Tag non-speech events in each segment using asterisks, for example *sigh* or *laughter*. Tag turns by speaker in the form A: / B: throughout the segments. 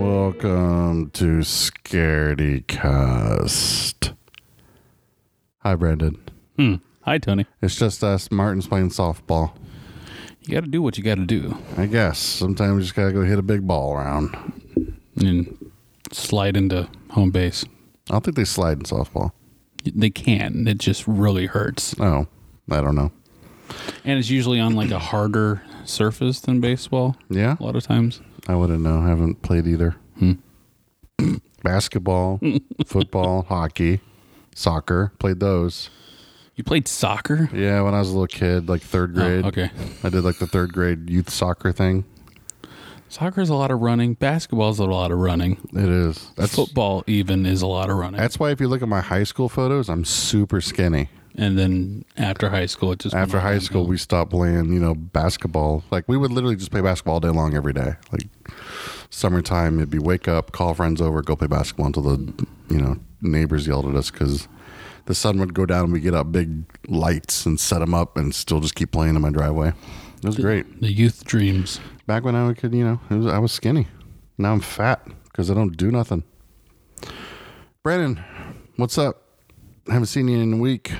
A: Welcome to Scaredycast. Hi, Brandon.
B: Hmm. Hi, Tony.
A: It's just us. Martin's playing softball.
B: You got to do what you got to do
A: I guess sometimes you just gotta go hit a big ball around.
B: and slide into home base.
A: I don't think they slide in softball.
B: They can. It just really hurts.
A: Oh, I don't know.
B: And it's usually on
A: *clears throat*
B: like a harder surface than baseball
A: Yeah,
B: a lot of times.
A: I wouldn't know. I haven't played either.
B: Hmm.
A: *clears throat*
B: *laughs*
A: Basketball, football, hockey, soccer. Played those.
B: You played soccer?
A: Yeah, when I was a little kid, like third grade.
B: Oh, okay.
A: I did like the third grade youth soccer thing.
B: Soccer's a lot of running. Basketball's a lot of running.
A: It is. That's
B: Football even is a lot of running.
A: That's why if you look at my high school photos, I'm super skinny.
B: and then after high school, it just went
A: After
B: all
A: high
B: downhill.
A: school, we stopped playing, you know, basketball. Like we would literally just play basketball all day long every day. Like summertime, it'd be wake up, call friends over, go play basketball until the, you know, neighbors yelled at us because the sun would go down and we get out big lights and set them up and still just keep playing in my driveway. It was great.
B: The youth
A: *laughs*
B: dreams.
A: Back when I could, you know, it was, I was skinny. Now I'm fat because I don't do nothing. Brandon, what's up? Haven't seen you in a week.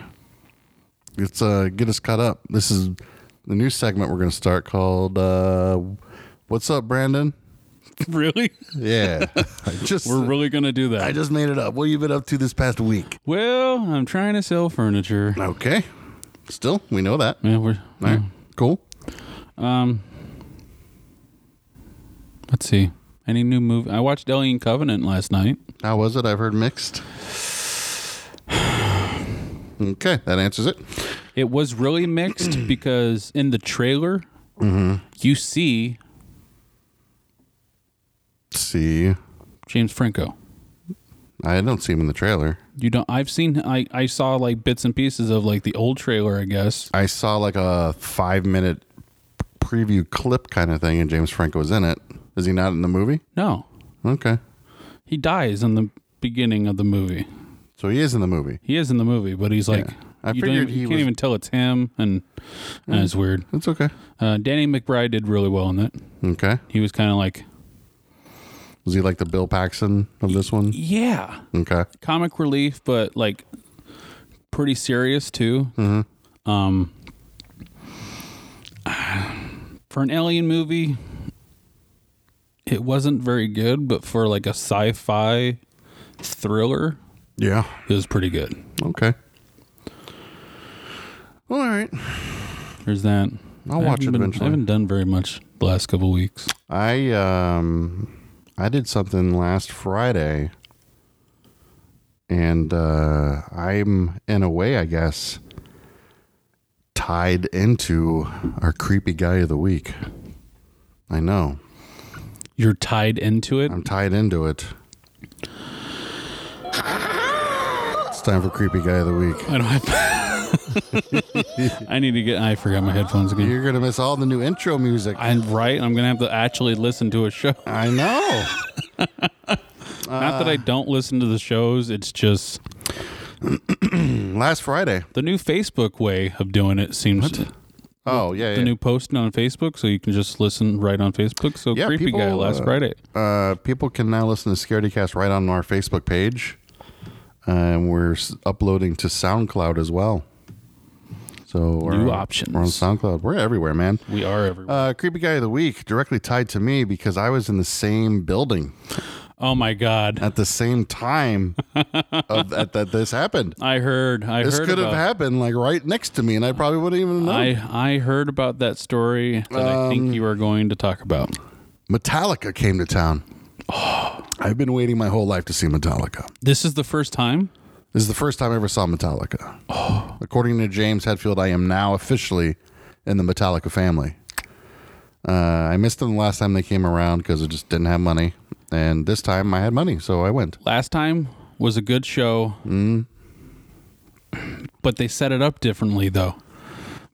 A: Let's uh, get us caught up. This is the new segment we're going to start called uh, "What's Up, Brandon."
B: really?
A: Yeah, *laughs* I just
B: We're really going to do
A: I
B: that.
A: just made it up. What have you been up to this past week?
B: well, I'm trying to sell furniture.
A: Okay, still we know that.
B: Yeah, we're,
A: All right, cool.
B: Um, let's see. Any new movie? I watched Alien Covenant last night.
A: How was it? I've heard mixed. *sighs* Okay, that answers it.
B: It was
A: *clears throat*
B: really mixed because in the trailer,
A: Mm-hmm.
B: you see
A: see.
B: James Franco.
A: I don't see him in the trailer.
B: You don't. I've seen. I I saw like bits and pieces of like the old trailer. I guess.
A: I saw like a five minute preview clip kind of thing, and James Franco was in it. Is he not in the movie?
B: No,
A: Okay.
B: he dies in the beginning of the movie.
A: So he is in the movie.
B: He is in the movie, but he's like.
A: I
B: you don't
A: figured
B: even- you
A: he
B: can't
A: was-
B: even tell it's him, and, and it's weird.
A: That's okay.
B: Uh, Danny McBride did really well in that.
A: Okay.
B: He was kind of like,
A: Was he like the Bill Paxton of this one?
B: yeah,
A: Okay.
B: comic relief, but like pretty serious too.
A: Mm-hmm.
B: Um, for an alien movie, it wasn't very good, but for like a sci-fi thriller,
A: Yeah.
B: it was pretty good.
A: Okay. All right.
B: There's that.
A: I'll
B: I
A: watch
B: haven't
A: it
B: been-
A: eventually.
B: I haven't done very much the last couple weeks.
A: I um I did something last Friday and uh I'm in a way I guess tied into our creepy guy of the week. I know.
B: You're tied into it.
A: I'm tied into it. It's time for creepy guy of the week.
B: I don't have. *laughs* I need to get. I forgot my headphones again.
A: You're going to miss all the new intro music.
B: I'm right. I'm gonna have to actually listen to a show.
A: I know.
B: Not
A: Uh.
B: that I don't listen to the shows. It's just
A: Last Friday.
B: the new Facebook way of doing it seems to,
A: Oh, yeah, yeah.
B: the new posting on Facebook, so you can just listen right on Facebook. So
A: Yeah,
B: creepy guy
A: people,
B: last
A: uh,
B: Friday.
A: uh, people can now listen to Scaredy Cast right on our Facebook page. And we're s- uploading to SoundCloud as well. So we're
B: New
A: on-
B: options.
A: We're on SoundCloud. We're everywhere, man.
B: We are everywhere.
A: Uh, Creepy Guy of the Week directly tied to me because I was in the same building uh,
B: oh my god!
A: at the same
B: *laughs*
A: time of, that, that this happened.
B: I heard. I
A: This
B: heard
A: could have
B: about.
A: happened like right next to me, and I probably wouldn't even know.
B: I I heard about that story that I
A: Um,
B: think you are going to talk about.
A: Metallica came to town.
B: Oh.
A: I've been waiting my whole life to see Metallica.
B: This is the first time.
A: This is the first time I ever saw Metallica.
B: Oh.
A: According to James Hetfield, I am now officially in the Metallica family. Uh, I missed them the last time they came around because I just didn't have money. And this time I had money, so I went.
B: Last time was a good show.
A: Mm.
B: But they set it up differently though.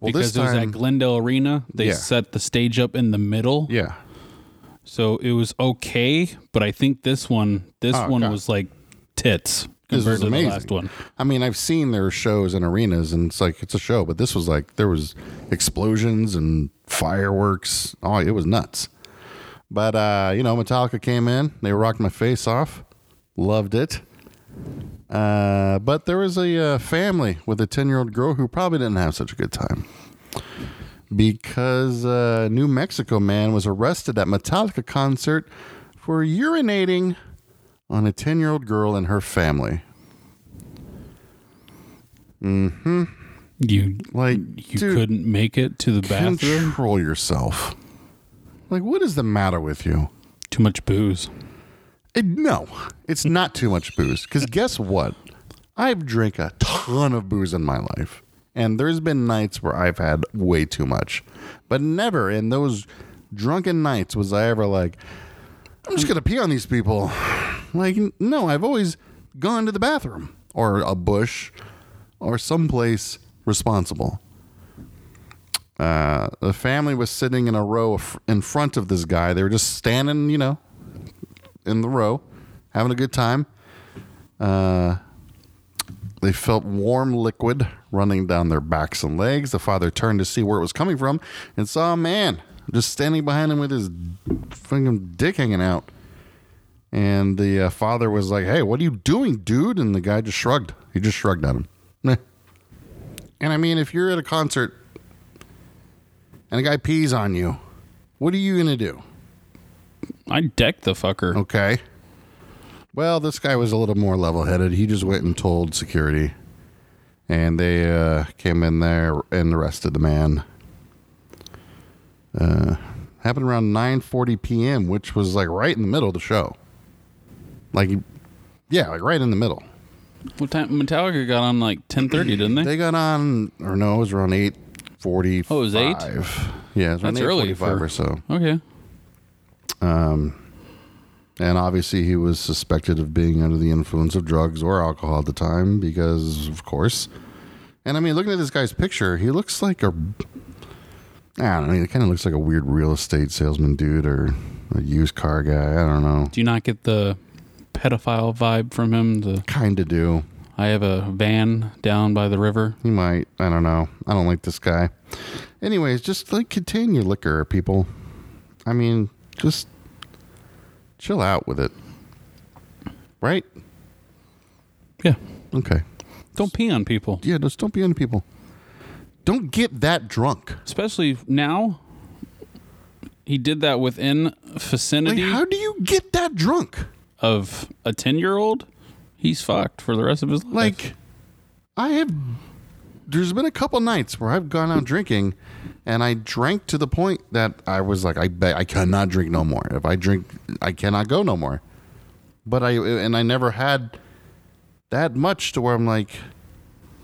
A: Well,
B: because
A: this
B: it was
A: time,
B: at Glendale Arena, they
A: Yeah.
B: set the stage up in the middle.
A: yeah,
B: So it was okay, but I think this one, this
A: Oh,
B: one
A: God.
B: was like tits
A: This
B: compared
A: was
B: to
A: amazing.
B: the last one.
A: I mean, I've seen their shows in arenas, and it's like it's a show, but this was like there was explosions and fireworks. Oh, it was nuts. But uh, you know, Metallica came in. They rocked my face off. Loved it. Uh, but there was a uh, family with a ten-year-old girl who probably didn't have such a good time because a New Mexico man was arrested at Metallica concert for urinating on a ten-year-old girl and her family.
B: You
A: Like,
B: you
A: dude,
B: couldn't make it to the bathroom.
A: control yourself. Like, what is the matter with you?
B: Too much booze.
A: It- no, it's not too much booze. Because guess what? I've drank a ton of booze in my life. And there's been nights where I've had way too much. But never in those drunken nights was I ever like, I'm just going to pee on these people. Like, n- no, I've always gone to the bathroom or a bush or someplace responsible. Uh, the family was sitting in a row of- in front of this guy. They were just standing, you know, in the row, having a good time. Uh, they felt warm liquid running down their backs and legs. The father turned to see where it was coming from and saw a man just standing behind him with his fucking dick hanging out. And the uh, father was like, "Hey, what are you doing, dude?" And the guy just shrugged. He just shrugged at him. *laughs* Meh. And I mean, if you're at a concert and a guy pees on you, what are you gonna do?
B: I decked the fucker.
A: Okay. Well, this guy was a little more level headed. He just went and told security. And they uh, came in there and arrested the man. Uh, happened around 9:40 p.m., which was like right in the middle of the show. Like, yeah, like right in the middle. Oh.
B: What time Metallica got on like ten thirty, didn't
A: *clears throat*
B: they?
A: They got on, or no, it was around 8:45.
B: Hmm. Oh, it was eight?
A: Yeah, it was around
B: That's early
A: 8:45
B: for-
A: or so.
B: okay.
A: And obviously, he was suspected of being under the influence of drugs or alcohol at the time because, of course. And I mean, looking at this guy's picture, he looks like a. I don't know. He kind of looks like a weird real estate salesman dude or a used car guy. I don't know.
B: Do you not get the pedophile vibe from him? The
A: Kind of do.
B: I have a van down by the river.
A: He might. I don't know. I don't like this guy. Anyways, just like contain your liquor, people. I mean, just chill out with it. Right?
B: Yeah.
A: Okay.
B: Don't pee on people.
A: yeah, just don't be under people. Don't get that drunk.
B: Especially now. He did that within
A: Like,
B: vicinity
A: how do you get that drunk?
B: of a ten year old. He's fucked for the rest of his life.
A: Like, I have. There's been a couple nights where I've gone out drinking, and I drank to the point that I was like, I bet I cannot drink no more. If I drink, I cannot go no more. But I and I never had that much to where I'm like,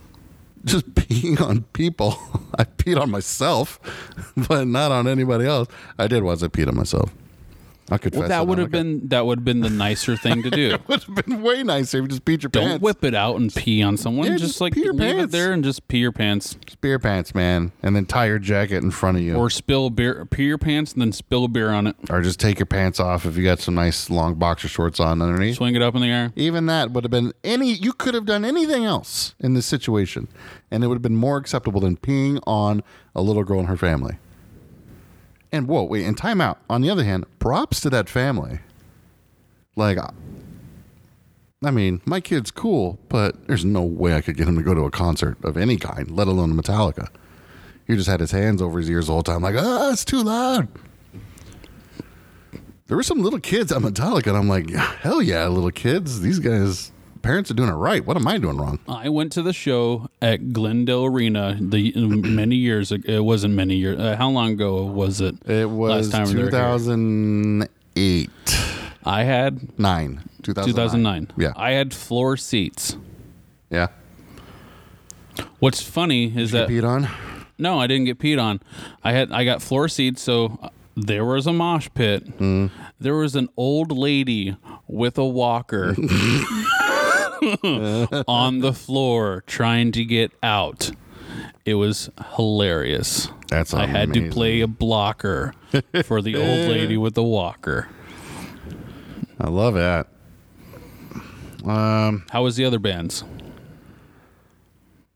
A: *laughs* just peeing on people. *laughs* I peed on myself, *laughs* but not on anybody else. I did once. I peed on myself. I could.
B: well, that would
A: *laughs*
B: have been that would have been the nicer thing to *laughs* do.
A: would have been way nicer if you just peed your
B: Don't
A: pants.
B: whip it out and pee on someone.
A: Yeah,
B: just,
A: just
B: like
A: pee your
B: leave it
A: pants.
B: there and just pee your pants,
A: beer pants, man, and then tie your jacket in front of you, or,
B: or spill beer, pee your pants, and then spill beer on it.
A: just take your pants off if you got some nice long boxer shorts on underneath.
B: Swing it up in the air.
A: Even that would have been any. You could have done anything else in this situation, and it would have been more acceptable than peeing on a little girl and her family. And whoa, wait, and time out. On the other hand, props to that family. Like, I- I mean, my kid's cool, but there's no way I could get him to go to a concert of any kind, let alone Metallica. He just had his hands over his ears the whole time, like, ah, it's too loud. There were some little kids at Metallica, and I'm like, hell yeah, little kids. These guys, parents are doing it right. What am I doing wrong?
B: I went to the show at Glendale Arena the *clears throat* many years ago. It wasn't many years. Uh, how long ago was it?
A: It was
B: time they were here.
A: 2008,
B: I had
A: 9, 2009.
B: 2009.
A: Yeah.
B: I had floor seats.
A: yeah.
B: What's funny is that
A: Pete on.
B: no, I didn't get peed on. I had I got floor seats, so uh, there was a mosh pit. There was an old lady with a walker on the floor trying to get out. It was hilarious.
A: That's
B: I had to
A: amazing.
B: play a blocker for the old lady with the walker.
A: I love that. Um,
B: How was the other bands?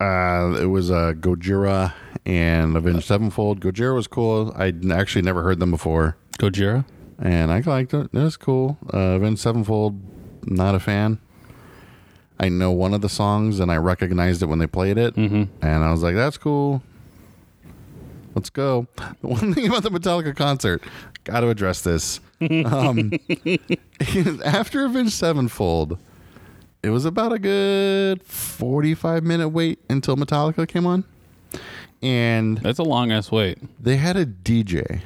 A: uh, it was uh, Gojira and Avenged Sevenfold. Gojira was cool. I'd actually never heard them before.
B: Gojira.
A: and I liked it. It was cool. Uh, Avenged Sevenfold, not a fan. I know one of the songs, and I recognized it when they played it, and I was like, "That's cool." Let's go. *laughs* The one thing about the Metallica concert, got to address this. Um, *laughs* after Avenged Sevenfold, it was about a good forty-five minute wait until Metallica came on, and
B: That's a long ass wait.
A: they had a DJ,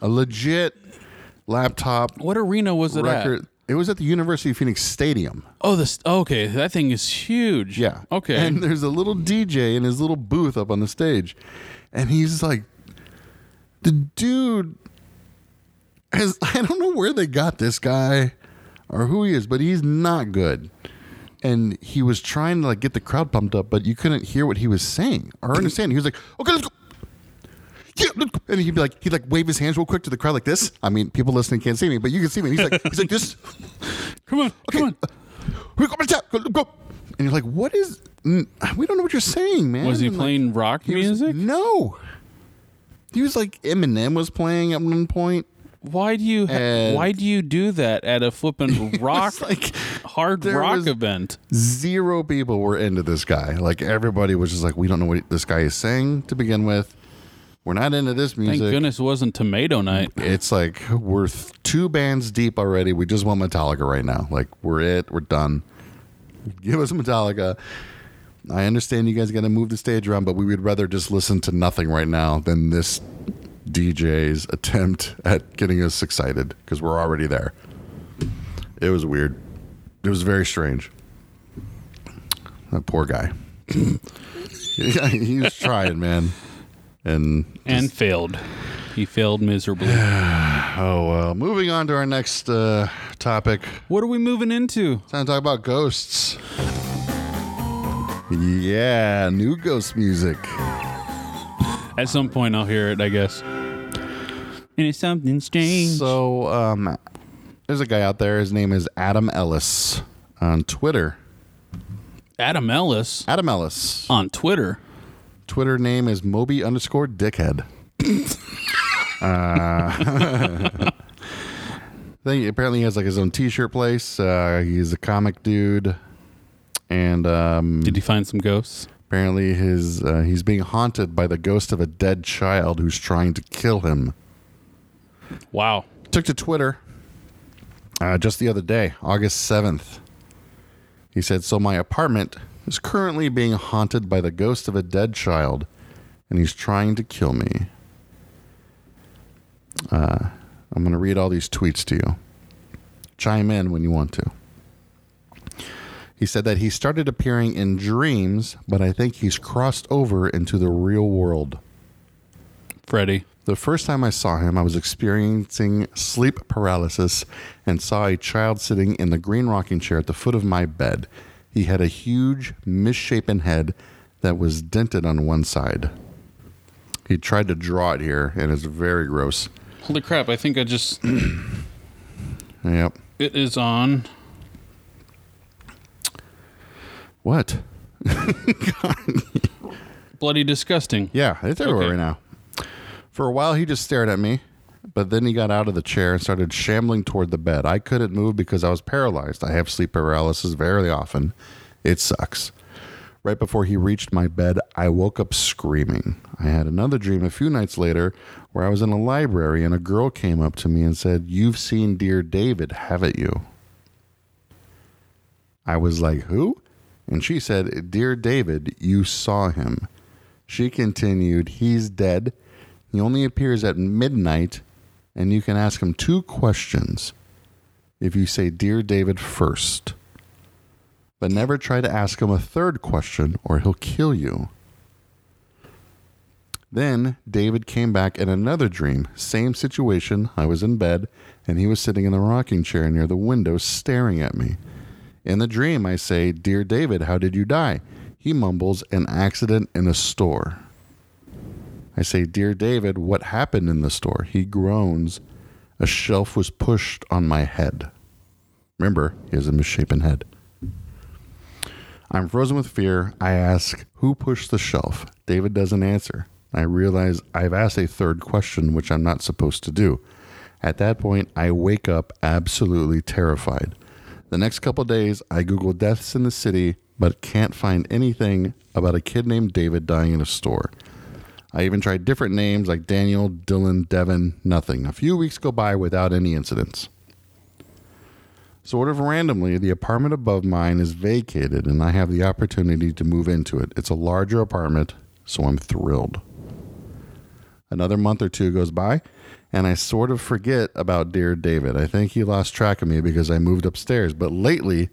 A: a legit laptop
B: What arena was it
A: record.
B: at?
A: It was at the University of Phoenix Stadium.
B: Oh, this. Okay, that thing is huge.
A: Yeah.
B: Okay.
A: And there's a little DJ in his little booth up on the stage, and he's like, the dude has. *laughs* I don't know where they got this guy, or who he is, but he's not good. And he was trying to like get the crowd pumped up, but you couldn't hear what he was saying or understand. He was like, "Okay, let's go." yeah, look. and he'd be like, he'd like wave his hands real quick to the crowd like this. I mean, people listening can't see me, but you can see me. And he's like, he's like this. *laughs*
B: come on, come on.
A: We go, go, go, go. And you're like, what is? n- We don't know what you're saying, man.
B: Was he
A: And, like,
B: playing rock
A: he was-
B: music?
A: no. He was like Eminem was playing at one point.
B: why do you? Ha-
A: And-
B: why do you do that at a flippin' rock,
A: *laughs* It's like
B: hard
A: there
B: rock
A: was-
B: event?
A: zero people were into this guy. Like everybody was just like, we don't know what this guy is saying to begin with. We're not into this
B: Thank
A: music.
B: goodness it wasn't Tomato Night.
A: It's like we're th- two bands deep already. We just want Metallica right now. Like we're it. We're done. Give us Metallica. I understand you guys got to move the stage around, but we would rather just listen to nothing right now than this DJ's attempt at getting us excited because we're already there. It was weird. It was very strange. That poor guy. *laughs* he was trying, man, and
B: and failed. He failed miserably.
A: Oh well. Moving on to our next uh, topic.
B: what are we moving into?
A: Time to talk about ghosts. Yeah, new ghost music.
B: At some point, I'll hear it, I guess. And it's something strange.
A: So um, there's a guy out there. His name is Adam Ellis on Twitter.
B: Adam Ellis
A: Adam Ellis.
B: on Twitter.
A: Twitter name is Moby underscore Dickhead. *laughs* uh, *laughs* thing, apparently he has like his own T-shirt place. Uh, he's a comic dude, and um,
B: Did he find some ghosts?
A: Apparently, his uh, he's being haunted by the ghost of a dead child who's trying to kill him.
B: Wow.
A: Took to Twitter uh, just the other day, August seventh. He said, "So my apartment is currently being haunted by the ghost of a dead child, and he's trying to kill me." Uh, I'm going to read all these tweets to you. Chime in when you want to. He said that he started appearing in dreams, but I think he's crossed over into the real world.
B: Freddy.
A: The first time I saw him, I was experiencing sleep paralysis and saw a child sitting in the green rocking chair at the foot of my bed. He had a huge, misshapen head that was dented on one side. He tried to draw it here, and it's very gross.
B: Holy crap, I think I just.
A: Yep.
B: it is on.
A: What?
B: Bloody disgusting.
A: Yeah, it's everywhere
B: Okay.
A: right now. For a while, he just stared at me, but then he got out of the chair and started shambling toward the bed. I couldn't move because I was paralyzed. I have sleep paralysis very often. It sucks. Right before he reached my bed, I woke up screaming. I had another dream a few nights later where I was in a library and a girl came up to me and said, You've seen Dear David, haven't you? I was like, Who? And she said, Dear David, you saw him. She continued, He's dead. He only appears at midnight, and you can ask him two questions if you say, Dear David, first. But never try to ask him a third question, or he'll kill you. Then David came back in another dream. Same situation. I was in bed, and he was sitting in the rocking chair near the window staring at me. In the dream, I say, Dear David, how did you die? He mumbles, An accident in a store. I say, Dear David, what happened in the store? He groans, A shelf was pushed on my head. Remember, he has a misshapen head. I'm frozen with fear. I ask, Who pushed the shelf? David doesn't answer. I realize I've asked a third question, which I'm not supposed to do. At that point, I wake up absolutely terrified. The next couple days, I Google deaths in the city, but can't find anything about a kid named David dying in a store. I even tried different names like Daniel, Dylan, Devin, nothing. A few weeks go by without any incidents. Sort of randomly, the apartment above mine is vacated and I have the opportunity to move into it. It's a larger apartment, so I'm thrilled. Another month or two goes by, and I sort of forget about dear David. I think he lost track of me because I moved upstairs, but lately,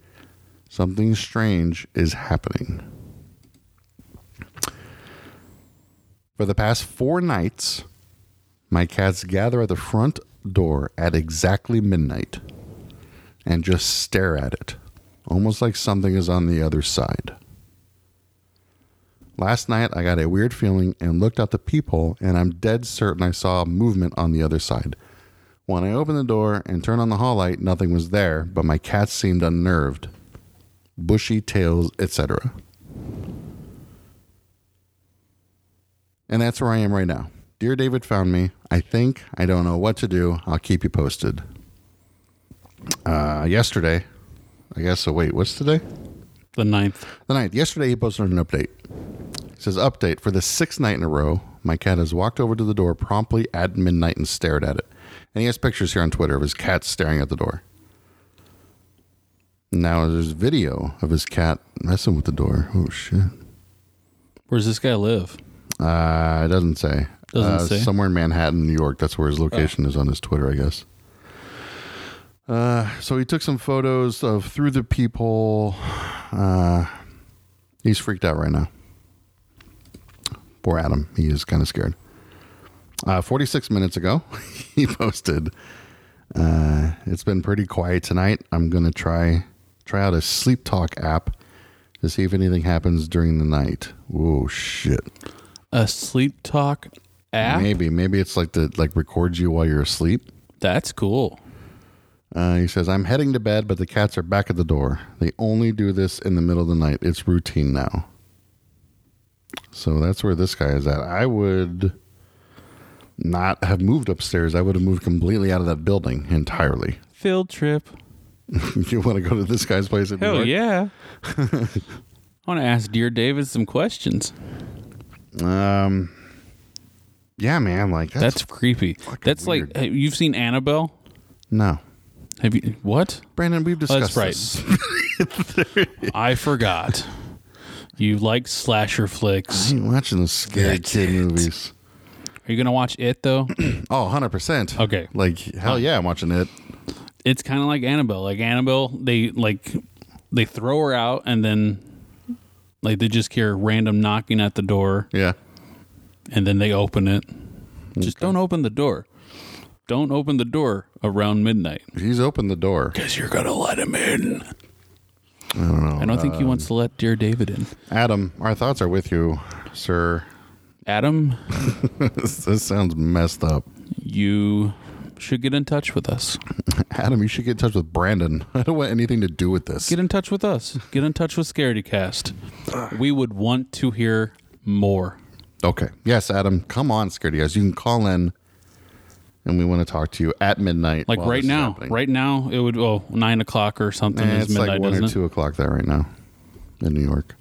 A: something strange is happening. For the past four nights, my cats gather at the front door at exactly midnight and just stare at it, almost like something is on the other side. Last night, I got a weird feeling and looked out the peephole, and I'm dead certain I saw movement on the other side. When I opened the door and turned on the hall light, nothing was there, but my cats seemed unnerved. Bushy tails, etc. And that's where I am right now. Dear David found me. I think I don't know what to do. I'll keep you posted. Uh, yesterday, I guess. So wait, what's today?
B: The ninth.
A: The ninth. Yesterday, he posted an update. It says update for the sixth night in a row. My cat has walked over to the door promptly at midnight and stared at it. And he has pictures here on Twitter of his cat staring at the door. Now there's video of his cat messing with the door. Oh shit!
B: Where does this guy live?
A: Uh, it doesn't say.
B: Doesn't
A: Uh,
B: say? Uh.
A: Somewhere in Manhattan, New York. That's where his location is on his Twitter, I guess. Uh, so he took some photos of through the peephole. Uh, he's freaked out right now. Poor Adam. He is kind of scared. Uh, 46 minutes ago, *laughs* he posted. Uh, it's been pretty quiet tonight. I'm gonna try try out a sleep talk app to see if anything happens during the night. Whoa, shit.
B: A sleep talk app.
A: Maybe, maybe it's like the like records you while you're asleep.
B: That's cool.
A: Uh, he says, "I'm heading to bed, but the cats are back at the door. They only do this in the middle of the night. It's routine now." So that's where this guy is at. I would not have moved upstairs. I would have moved completely out of that building entirely. *laughs*
B: Field trip.
A: you want to go to this guy's place? in New
B: Hell
A: York?
B: yeah. *laughs* I want to ask dear David some questions.
A: Um, yeah, man. Like that's,
B: That's, creepy. That's
A: weird.
B: like hey, you've seen Annabelle.
A: no,
B: Have you what?
A: Brandon. We've
B: Oh,
A: discussed
B: that's right.
A: this.
B: *laughs* I forgot. You like slasher
A: I
B: flicks.
A: ain't watching those scary
B: That
A: kid
B: kid.
A: movies.
B: Are you gonna watch
A: *coughs*
B: it though?
A: Oh, 100 percent.
B: Okay.
A: Like hell yeah, I'm watching it.
B: it's kind of like Annabelle. Like Annabelle, they like they throw her out, and then like they just hear random knocking at the door,
A: Yeah.
B: and then they open it. Just don't open the door. Don't open the door around midnight
A: He's opened the door.
B: because you're gonna let him in. I don't know. I don't think he
A: um,
B: wants to let dear David in.
A: Adam, our thoughts are with you, sir.
B: Adam,
A: This, this sounds messed up.
B: you should get in touch with us.
A: Adam, you should get in touch with Brandon. *laughs* I don't want anything to do with this.
B: Get in touch with us. Get in touch with Scaredy Cast. We would want to hear more.
A: Okay. Yes, Adam, come on, Scaredy Guys. You can call in and we want to talk to you at midnight.
B: Like
A: while
B: right
A: this is
B: now,
A: happening.
B: right now it would oh nine o'clock or something
A: Eh,
B: is
A: it's like
B: midnight,
A: one or
B: doesn't
A: two o'clock there right now in New York.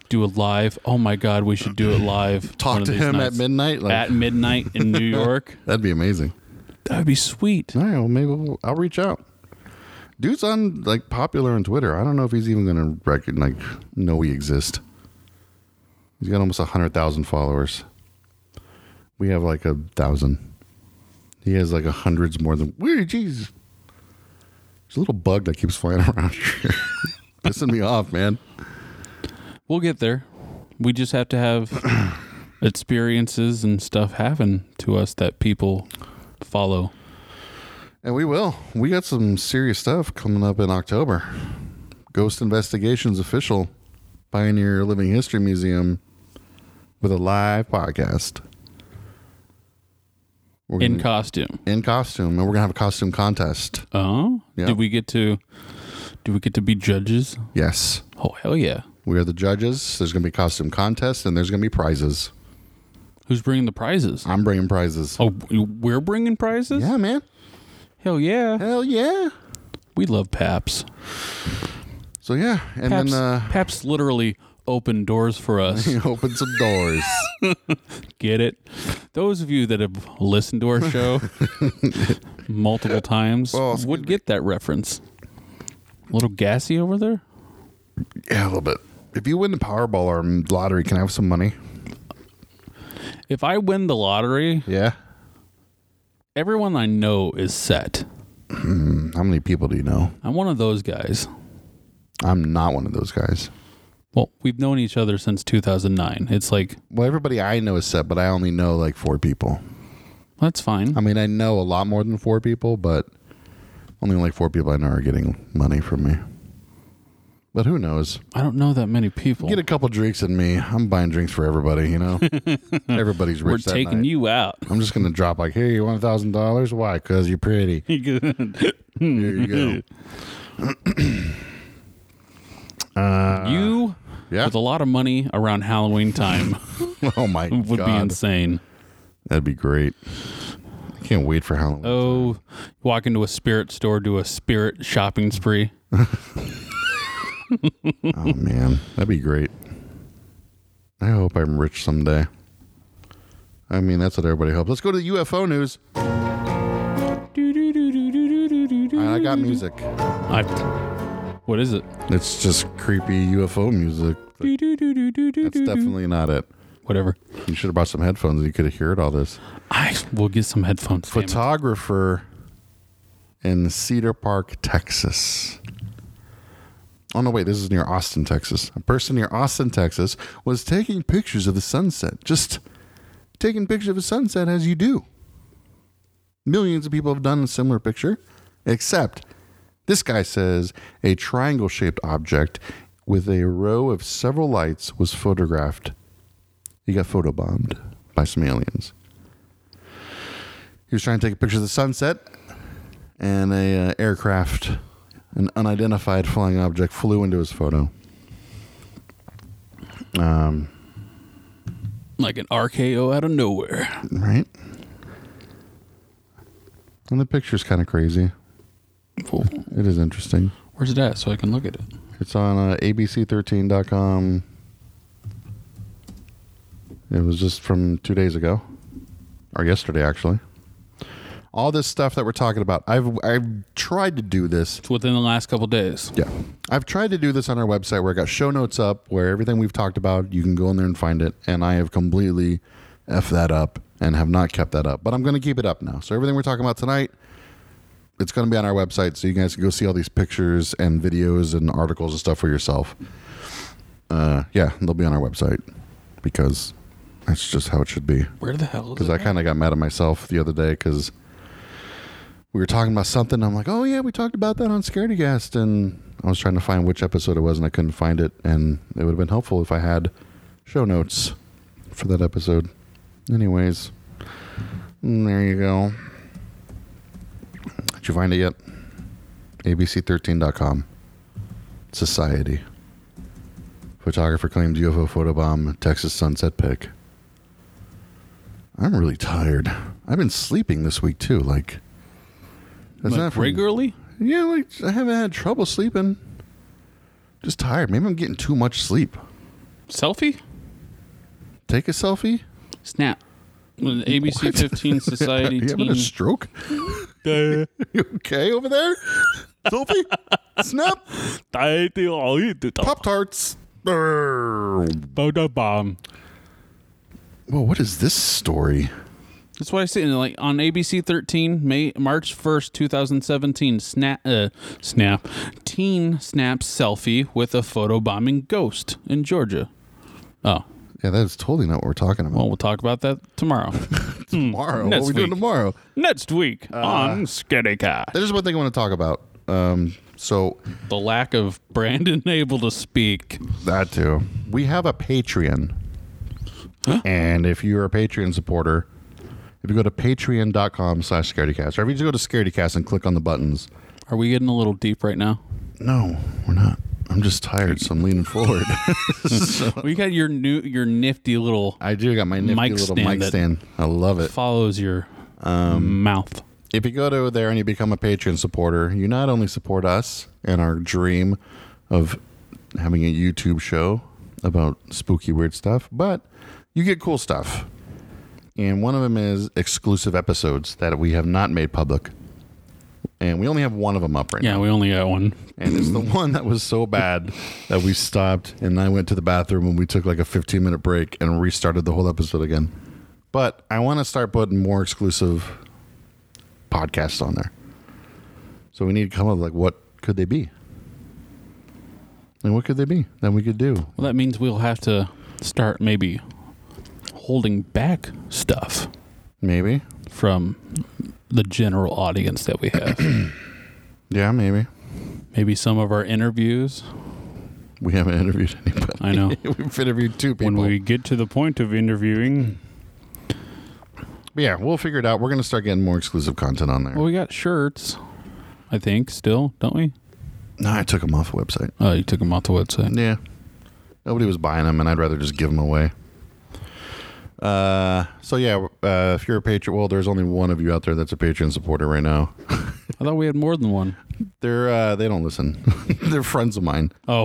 B: it? Do a live. Oh my God, we should do it live. one
A: Talk
B: of
A: to
B: these
A: him
B: nights.
A: at midnight. Like,
B: At midnight
A: *laughs*
B: in New York.
A: that'd be amazing.
B: That would be sweet.
A: All right, well, maybe we'll, I'll reach out. Dude's on like popular on Twitter. I don't know if he's even gonna reckon like know we exist. He's got almost hundred thousand followers. We have like a thousand. He has like a hundreds more than we. Jeez, there's a little bug that keeps flying *laughs* around here, pissing me off, man.
B: We'll get there. We just have to have
A: *clears throat*
B: experiences and stuff happen to us that people follow.
A: And we will. We got some serious stuff coming up in October. Ghost Investigations Official Pioneer Living History Museum with a live podcast. We're
B: In
A: gonna-
B: costume.
A: in costume, and we're going to have a costume contest.
B: Oh?
A: Yeah.
B: Did we get to do we get to be judges?
A: Yes.
B: Oh hell yeah.
A: We are the judges. There's going to be a costume contest, and there's going to be prizes.
B: Who's bringing the prizes?
A: I'm bringing prizes.
B: Oh, we're bringing prizes?
A: Yeah, man.
B: Hell yeah.
A: Hell yeah.
B: We love Paps.
A: So yeah, and
B: Paps,
A: then uh,
B: Paps literally opened doors for
A: *laughs*
B: us.
A: he opened some doors.
B: Get it? Those of you that have listened to our
A: *laughs*
B: show multiple times
A: Well, excuse
B: would get that reference. A little gassy over there?
A: yeah, a little bit. If you win the Powerball or lottery, can I have some money?
B: If I win the lottery,
A: Yeah.
B: everyone I know is set.
A: How many people do you know?
B: I'm one of those guys.
A: I'm not one of those guys.
B: Well, we've known each other since 2009. It's like,
A: Well, everybody I know is set, but I only know like four people.
B: that's fine.
A: I mean, I know a lot more than four people, but only like four people I know are getting money from me. But who knows?
B: I don't know that many people.
A: Get a couple drinks in me. I'm buying drinks for everybody, you
B: *laughs*
A: know? Everybody's rich.
B: We're
A: that
B: taking
A: night.
B: you out. *laughs*
A: I'm just gonna drop like, here, you want a thousand dollars? Why? Because you're
B: *laughs*
A: pretty. Here you
B: you
A: go. Uh, Yeah.
B: with a lot of money around Halloween time
A: *laughs* oh my
B: would be
A: god,
B: insane.
A: that'd be great. I can't wait for Halloween.
B: Oh, walk into a spirit store, do a spirit shopping spree.
A: oh man, that'd be great. I hope I'm rich someday. I mean, that's what everybody hopes. Let's go to the UFO news. All right, I got music.
B: I, what is it?
A: It's just creepy UFO music. That's definitely not it.
B: Whatever.
A: You should have brought some headphones. You could have heard all this.
B: I will get some headphones. damn it.
A: photographer in Cedar Park, Texas. Oh no, wait, this is near Austin, Texas. A person near Austin, Texas was taking pictures of the sunset. Just taking pictures of a sunset as you do. Millions of people have done a similar picture, except this guy says a triangle shaped object with a row of several lights was photographed. He got photobombed by some aliens. He was trying to take a picture of the sunset, and a uh, aircraft, an unidentified flying object, flew into his photo. Um,
B: Like an RKO out of nowhere.
A: right. And the picture's kind of crazy. It is interesting.
B: Where's it at so I can look at it?
A: It's on uh, abc13.com. It was just from two days ago, or yesterday actually. All this stuff that we're talking about, I've I've tried to do this
B: It's within the last couple days.
A: Yeah. I've tried to do this on our website where I got show notes up where everything we've talked about, you can go in there and find it. And I have completely F that up and have not kept that up. But I'm going to keep it up now. So everything we're talking about tonight, it's going to be on our website. So you guys can go see all these pictures and videos and articles and stuff for yourself. Uh, yeah, they'll be on our website because that's just how it should be
B: Where the hell is
A: because
B: it?
A: I kind of got mad at myself the other day because we were talking about something. I'm like, oh yeah, we talked about that on Scaredy Cast, and I was trying to find which episode it was, and I couldn't find it. And it would have been helpful if I had show notes for that episode. Anyways, mm, there you go. Did you find it yet? ABC13.com. Society. Photographer claims UFO photobomb Texas sunset pic. I'm really tired. I've been sleeping this week too. Like, that's
B: Like,
A: not from-
B: regularly?
A: Yeah, like I haven't had trouble sleeping. Just tired. Maybe I'm getting too much sleep.
B: Selfie?
A: Take a selfie.
B: Snap. An ABC 15 Society
A: you having a
B: team.
A: stroke? *laughs* You okay over there? selfie. Snap. Pop tarts. Well,
B: bomb.
A: what is this story?
B: That's why I say, like on ABC 13, May March 1st, 2017, snap, uh, snap, teen snaps selfie with a photobombing ghost in Georgia. Oh,
A: Yeah, that is totally not what we're talking about.
B: well, we'll talk about that tomorrow, Hmm.
A: tomorrow, what are
B: next
A: we doing
B: week.
A: tomorrow?
B: *laughs* next week on Skedeka.
A: There's one thing I want to talk about. Um, so
B: The lack of Brandon *laughs* able to speak.
A: That too. We have a Patreon. And if you're a Patreon supporter, if you go to patreon.com slash scaredycast, or if you just go to scaredycast and click on the buttons.
B: Are we getting a little deep right now?
A: No, we're not. I'm just tired, so I'm leaning forward.
B: We got your new, your nifty little
A: *laughs* I do got my nifty
B: Mic
A: little
B: stand
A: mic
B: that-
A: stand. I love it.
B: follows your mouth.
A: If you go to there and you become a Patreon supporter, you not only support us and our dream of having a YouTube show about spooky, weird stuff, but you get cool stuff. And one of them is exclusive episodes that we have not made public. And we only have one of them up right now
B: Yeah, we only got one.
A: and it's the one that was so bad that we stopped and I went to the bathroom and we took like a 15 minute break and restarted the whole episode again. But I want to start putting more exclusive podcasts on there. So we need to come up with like what could they be? And what could they be that we could do?
B: Well, that means we'll have to start maybe holding back stuff
A: Maybe.
B: from the general audience that we
A: *coughs*
B: have.
A: Yeah, maybe.
B: maybe some of our interviews.
A: We haven't interviewed anybody. *laughs*
B: I know.
A: We've interviewed two people.
B: When we get to the point of interviewing,
A: But yeah, we'll figure it out. We're going to start getting more exclusive content on there.
B: well, we got shirts, I think, still, don't we?
A: no, I took them off the website.
B: Oh, you took them off the website.
A: Yeah. Nobody was buying them, and I'd rather just give them away. Uh, so yeah, uh, if you're a patron, well, there's only one of you out there that's a Patreon supporter right now.
B: I thought we had more than one.
A: They're uh, they don't listen. *laughs* They're friends of mine,
B: Oh,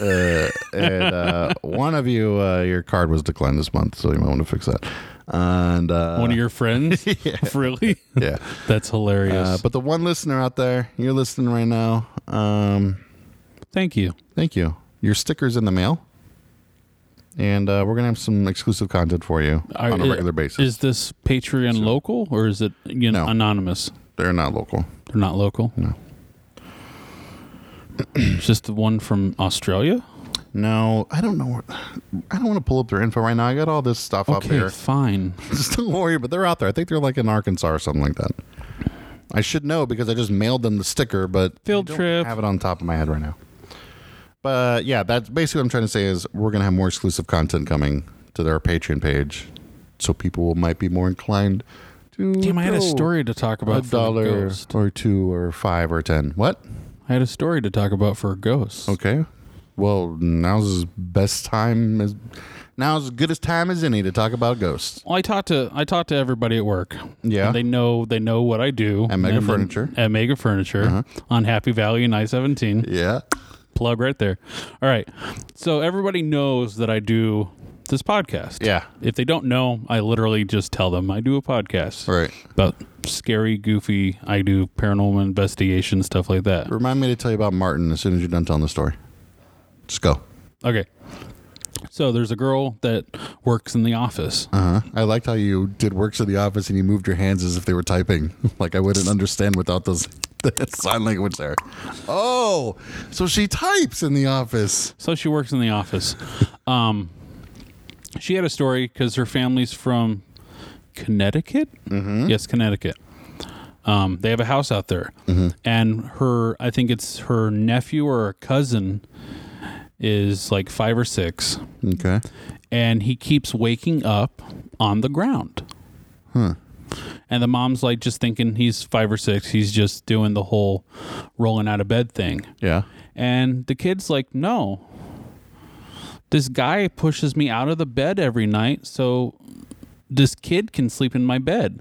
A: uh, and
B: *laughs*
A: uh, one of you, uh, your card was declined this month, so you might want to fix that. And uh,
B: one of
A: *laughs*
B: your friends? *laughs* Really?
A: yeah,
B: That's hilarious.
A: uh, but the one listener out there, you're listening right now. Um,
B: Thank you.
A: Thank you. Your sticker's in the mail. And uh, we're going to have some exclusive content for you
B: Are-
A: on a regular basis.
B: Is this Patreon local or is it you know
A: No.
B: anonymous?
A: They're not local.
B: They're not local.
A: No.
B: it's just the one from Australia.
A: No, I don't know. Where, *sighs* I don't want to pull up their info right now. I got all this stuff up
B: Okay,
A: here. *laughs*
B: fine.
A: Just don't worry, but they're out there. I think they're like in Arkansas or something like that. I should know because I just mailed them the sticker, but I
B: Field
A: don't
B: trip.
A: have it on top of my head right now. But yeah, that's basically what I'm trying to say is we're going to have more exclusive content coming to their Patreon page, so people might be more inclined to.
B: Damn, I had a
A: go.
B: story to talk
A: a
B: about. for the
A: dollar
B: ghost.
A: or two or five or ten. What?
B: I had a story to talk about for ghosts.
A: Okay. Well, now's as best time as now's as good as time as any to talk about ghosts.
B: Well, I talked to I talked to everybody at work.
A: Yeah.
B: And they know they know what I do
A: At Mega
B: And then-
A: Furniture. Uh-huh.
B: At Mega Furniture on Happy Valley and I seventeen.
A: Yeah.
B: Plug right there. All right. So everybody knows that I do this podcast.
A: Yeah.
B: If they don't know, I literally just tell them I do a podcast
A: All right.
B: about scary, goofy. I do paranormal investigation stuff like that.
A: Remind me to tell you about Martin as soon as you're done telling the story. Just go.
B: Okay. So there's a girl that works in the office.
A: Uh huh. I liked how you did works in the office and you moved your hands as if they were typing. *laughs* Like I wouldn't understand without those *laughs* the sign language there. Oh, so she types in the office.
B: So she works in the office. Um, she had a story because her family's from Connecticut. Mm-hmm. Yes, Connecticut. Um, they have a house out there, and her I think it's her nephew or her cousin is like five or six,
A: Okay.
B: and he keeps waking up on the ground. And the mom's like just thinking he's five or six. He's just doing the whole rolling out of bed thing.
A: Yeah.
B: And the kid's like, no. This guy pushes me out of the bed every night, so this kid can sleep in my bed.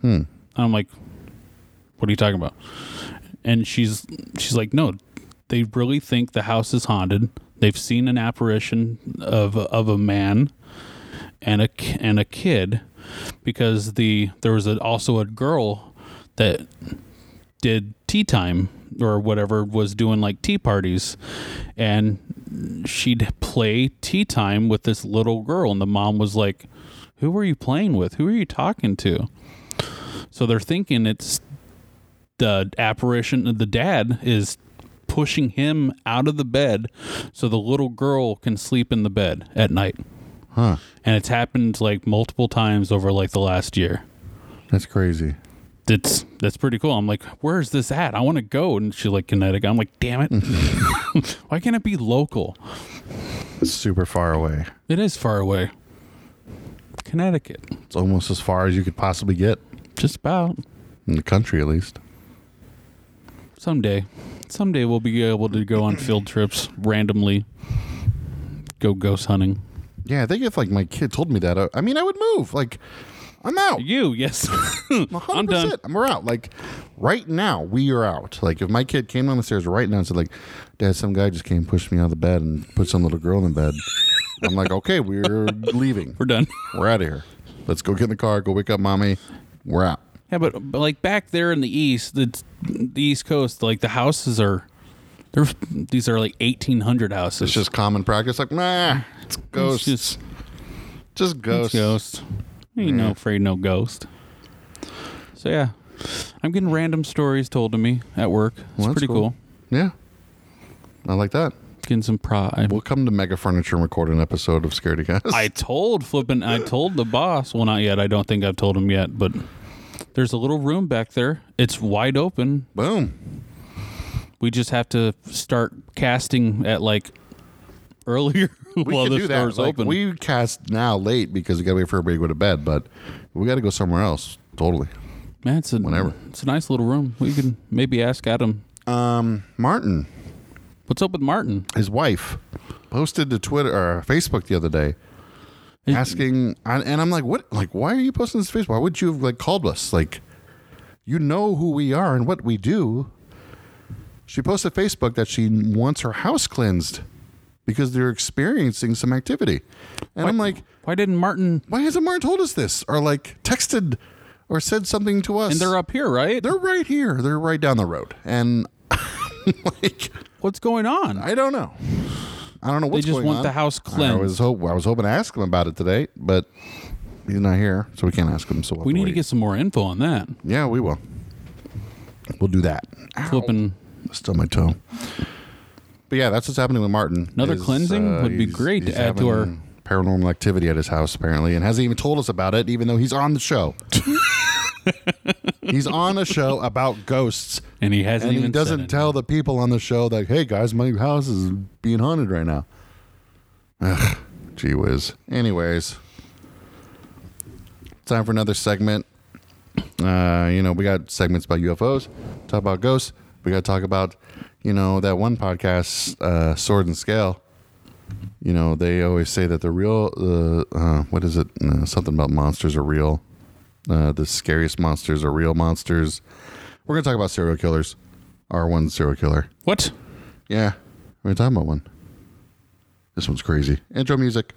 B: Hmm. I'm like, what are you talking about? And she's she's like, no, they really think the house is haunted. They've seen an apparition of of a man and a ki- and a kid, because the there was a, also a girl that did tea time or whatever was doing like tea parties and she'd play tea time with this little girl and the mom was like who are you playing with who are you talking to so they're thinking it's the apparition of the dad is pushing him out of the bed so the little girl can sleep in the bed at night
A: Huh.
B: and it's happened like multiple times over like the last year
A: That's crazy.
B: that's that's pretty cool. I'm like, where's this at? I want to go. And she's like, Connecticut. I'm like, damn it.
A: *laughs*
B: Why can't it be local?
A: Super far away.
B: It is far away. Connecticut.
A: It's almost as far as you could possibly get
B: Just about.
A: in the country, at least.
B: Someday. Someday we'll be able to go on field trips randomly. Go ghost hunting.
A: Yeah, I think if like my kid told me that, I, I mean, I would move. Like, I'm out.
B: You, yes. *laughs* I'm
A: 100%.
B: done.
A: And we're out. Like right now, we are out. Like if my kid came down the stairs right now and said, like, Dad, some guy just came, pushed me out of the bed, and put some little girl in bed. I'm like, okay, we're *laughs* leaving.
B: We're done.
A: We're out of here. Let's go get in the car. Go wake up, mommy. We're out.
B: Yeah, but, but like back there in the east, the, the East Coast, like the houses are, they're these are like eighteen hundred houses.
A: It's just common practice. Like, nah, it's ghosts. just,
B: just
A: ghosts.
B: ghost. Ain't no afraid no ghost. So yeah, I'm getting random stories told to me at work. It's
A: Well, that's
B: pretty cool.
A: Yeah. I like that.
B: Getting some pro. I,
A: We'll come to Mega Furniture and record an episode of Scaredy Cast.
B: I told flipping. I told the boss. Well, not yet. I don't think I've told him yet. But there's a little room back there. It's wide open.
A: Boom.
B: We just have to start casting at like earlier *laughs*
A: We
B: while
A: could
B: the
A: do that.
B: store's
A: Like,
B: open.
A: we cast now late because we got to wait for everybody to go to bed, but we got to go somewhere else. Totally.
B: Man, it's a
A: Whenever.
B: It's a nice little room. We can maybe ask Adam.
A: Um, Martin,
B: What's up with Martin?
A: his wife, posted to Twitter or Facebook the other day
B: It-
A: asking, and and I'm like, what? Like, why are you posting this to Facebook? Why would you have like called us? Like, you know who we are and what we do. She posted Facebook that she wants her house cleansed because they're experiencing some activity, and I'm like,
B: Why didn't Martin?
A: why hasn't Martin told us this or like texted or said something to us?
B: And they're up here, right?
A: they're right here. They're right down the road. And *laughs* like
B: What's going on?
A: I don't know. I don't know what's
B: just
A: going
B: want
A: on.
B: the house
A: I
B: cleansed.
A: was hope I was hoping to ask him about it today, but he's not here, so we can't ask him. So we'll
B: we
A: have
B: need to
A: wait.
B: get some more info on that.
A: Yeah, we will. We'll do that. Ow.
B: Flipping
A: Still my toe. But yeah, that's what's happening with Martin. uh,
B: Another cleansing would be
A: he's-
B: great to
A: he's
B: add to our-
A: having paranormal activity at his house apparently, and hasn't even told us about it, even though he's on the
B: *laughs*
A: show. he's on a show about ghosts,
B: and he hasn't
A: and
B: even
A: he
B: said
A: doesn't
B: it.
A: tell the people on the show that, "Hey guys, my house is being haunted right now." Ugh, gee whiz. Anyways, time for another segment. Uh, you know, we got segments about UFOs, talk about ghosts. We got to talk about, you know, that one podcast, uh, Sword and Scale. You know, they always say that the real, uh, uh, what is it? Uh, something about monsters are real. Uh, the scariest monsters are real monsters. We're going to talk about serial killers. Our one serial killer.
B: What?
A: Yeah. We're going to talk about one. This one's crazy. Intro music.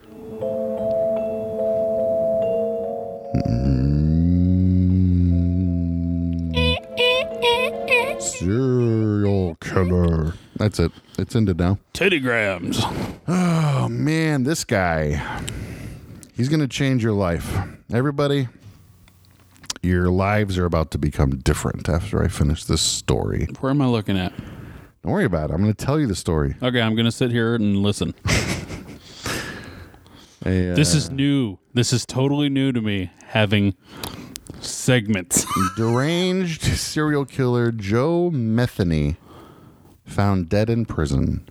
A: Serial killer. That's it. It's ended now.
B: Teddy grams.
A: Oh, man, this guy. He's going to change your life. Everybody, your lives are about to become different after I finish this story.
B: Where am I looking at?
A: Don't worry about it. I'm going to tell you the story.
B: Okay, I'm gonna sit here and listen.
A: A, uh,
B: This is new. This is totally new to me. Having segments.
A: *laughs* deranged *laughs* serial killer Joe Metheny found dead in prison.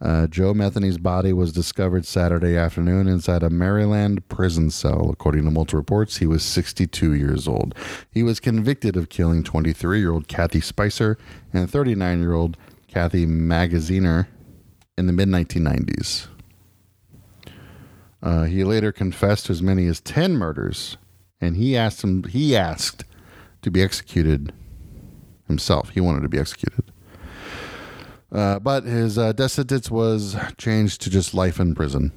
A: Uh, Joe Metheny's body was discovered Saturday afternoon inside a Maryland prison cell. According to multiple reports, he was 62 years old. He was convicted of killing 23 year old Kathy Spicer and 39 year old Kathy Magaziner in the mid 1990s. Uh, he later confessed to as many as 10 murders, and he asked him, he asked to be executed himself. He wanted to be executed. Uh, but his uh, death sentence was changed to just life in prison.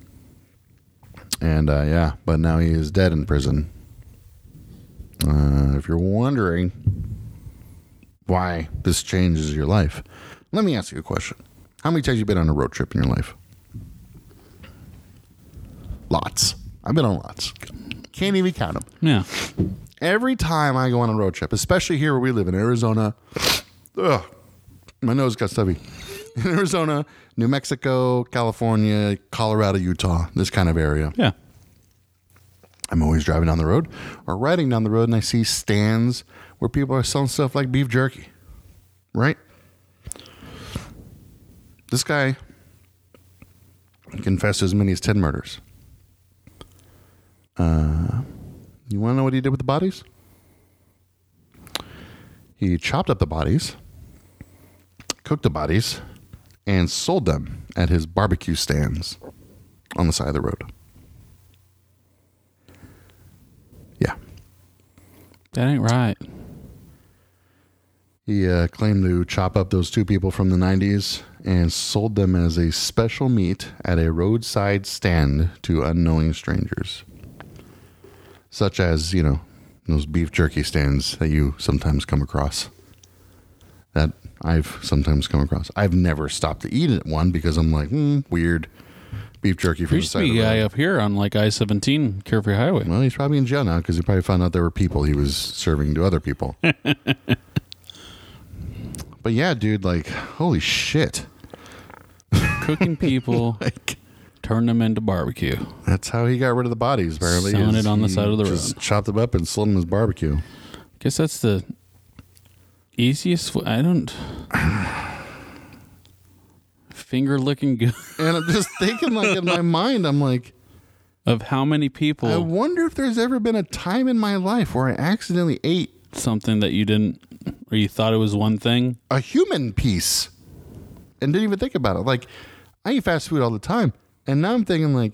A: And uh, yeah, but now he is dead in prison. Uh, if you're wondering why this changes your life, let me ask you a question. How many times you been on a road trip in your life? Lots. I've been on lots. Can't even count them
B: yeah.
A: every time I go on a road trip, especially here where we live in Arizona, ugh, my nose got stubby. *laughs* In Arizona, New Mexico, California, Colorado, Utah, this kind of area.
B: Yeah.
A: I'm always driving down the road or riding down the road and I see stands where people are selling stuff like beef jerky, right? This guy confessed to as many as 10 murders. Uh, you want to know what he did with the bodies? He chopped up the bodies, cooked the bodies, and sold them at his barbecue stands on the side of the road.
B: That ain't right.
A: He uh, claimed to chop up those two people from the 90s and sold them as a special meat at a roadside stand to unknowing strangers. Such as, you know, those beef jerky stands that you sometimes come across. That I've sometimes come across. I've never stopped to eat at one because I'm like, hmm, weird. Beef jerky from the
B: There used to
A: side of
B: be uh,
A: the
B: a guy
A: road.
B: up here on like I 17, Carefree Highway.
A: Well, he's probably in jail now because he probably found out there were people he was serving to other
B: *laughs*
A: people. but yeah, dude, like, holy shit. *laughs*
B: Cooking people,
A: Like,
B: turn them into barbecue.
A: that's how he got rid of the bodies, apparently.
B: Selling
A: is
B: it on the
A: he
B: side of the
A: Just chopped them up and sold them as barbecue.
B: Guess that's the easiest. w- I don't. Finger looking good
A: And I'm just thinking, like, in my mind, I'm like,
B: *laughs* of how many
A: I
B: people
A: wonder if there's ever been a time in my life where I accidentally ate
B: something that you didn't or you thought it was one thing.
A: a human piece and didn't even think about it. Like, I eat fast food all the time. And now I'm thinking, like,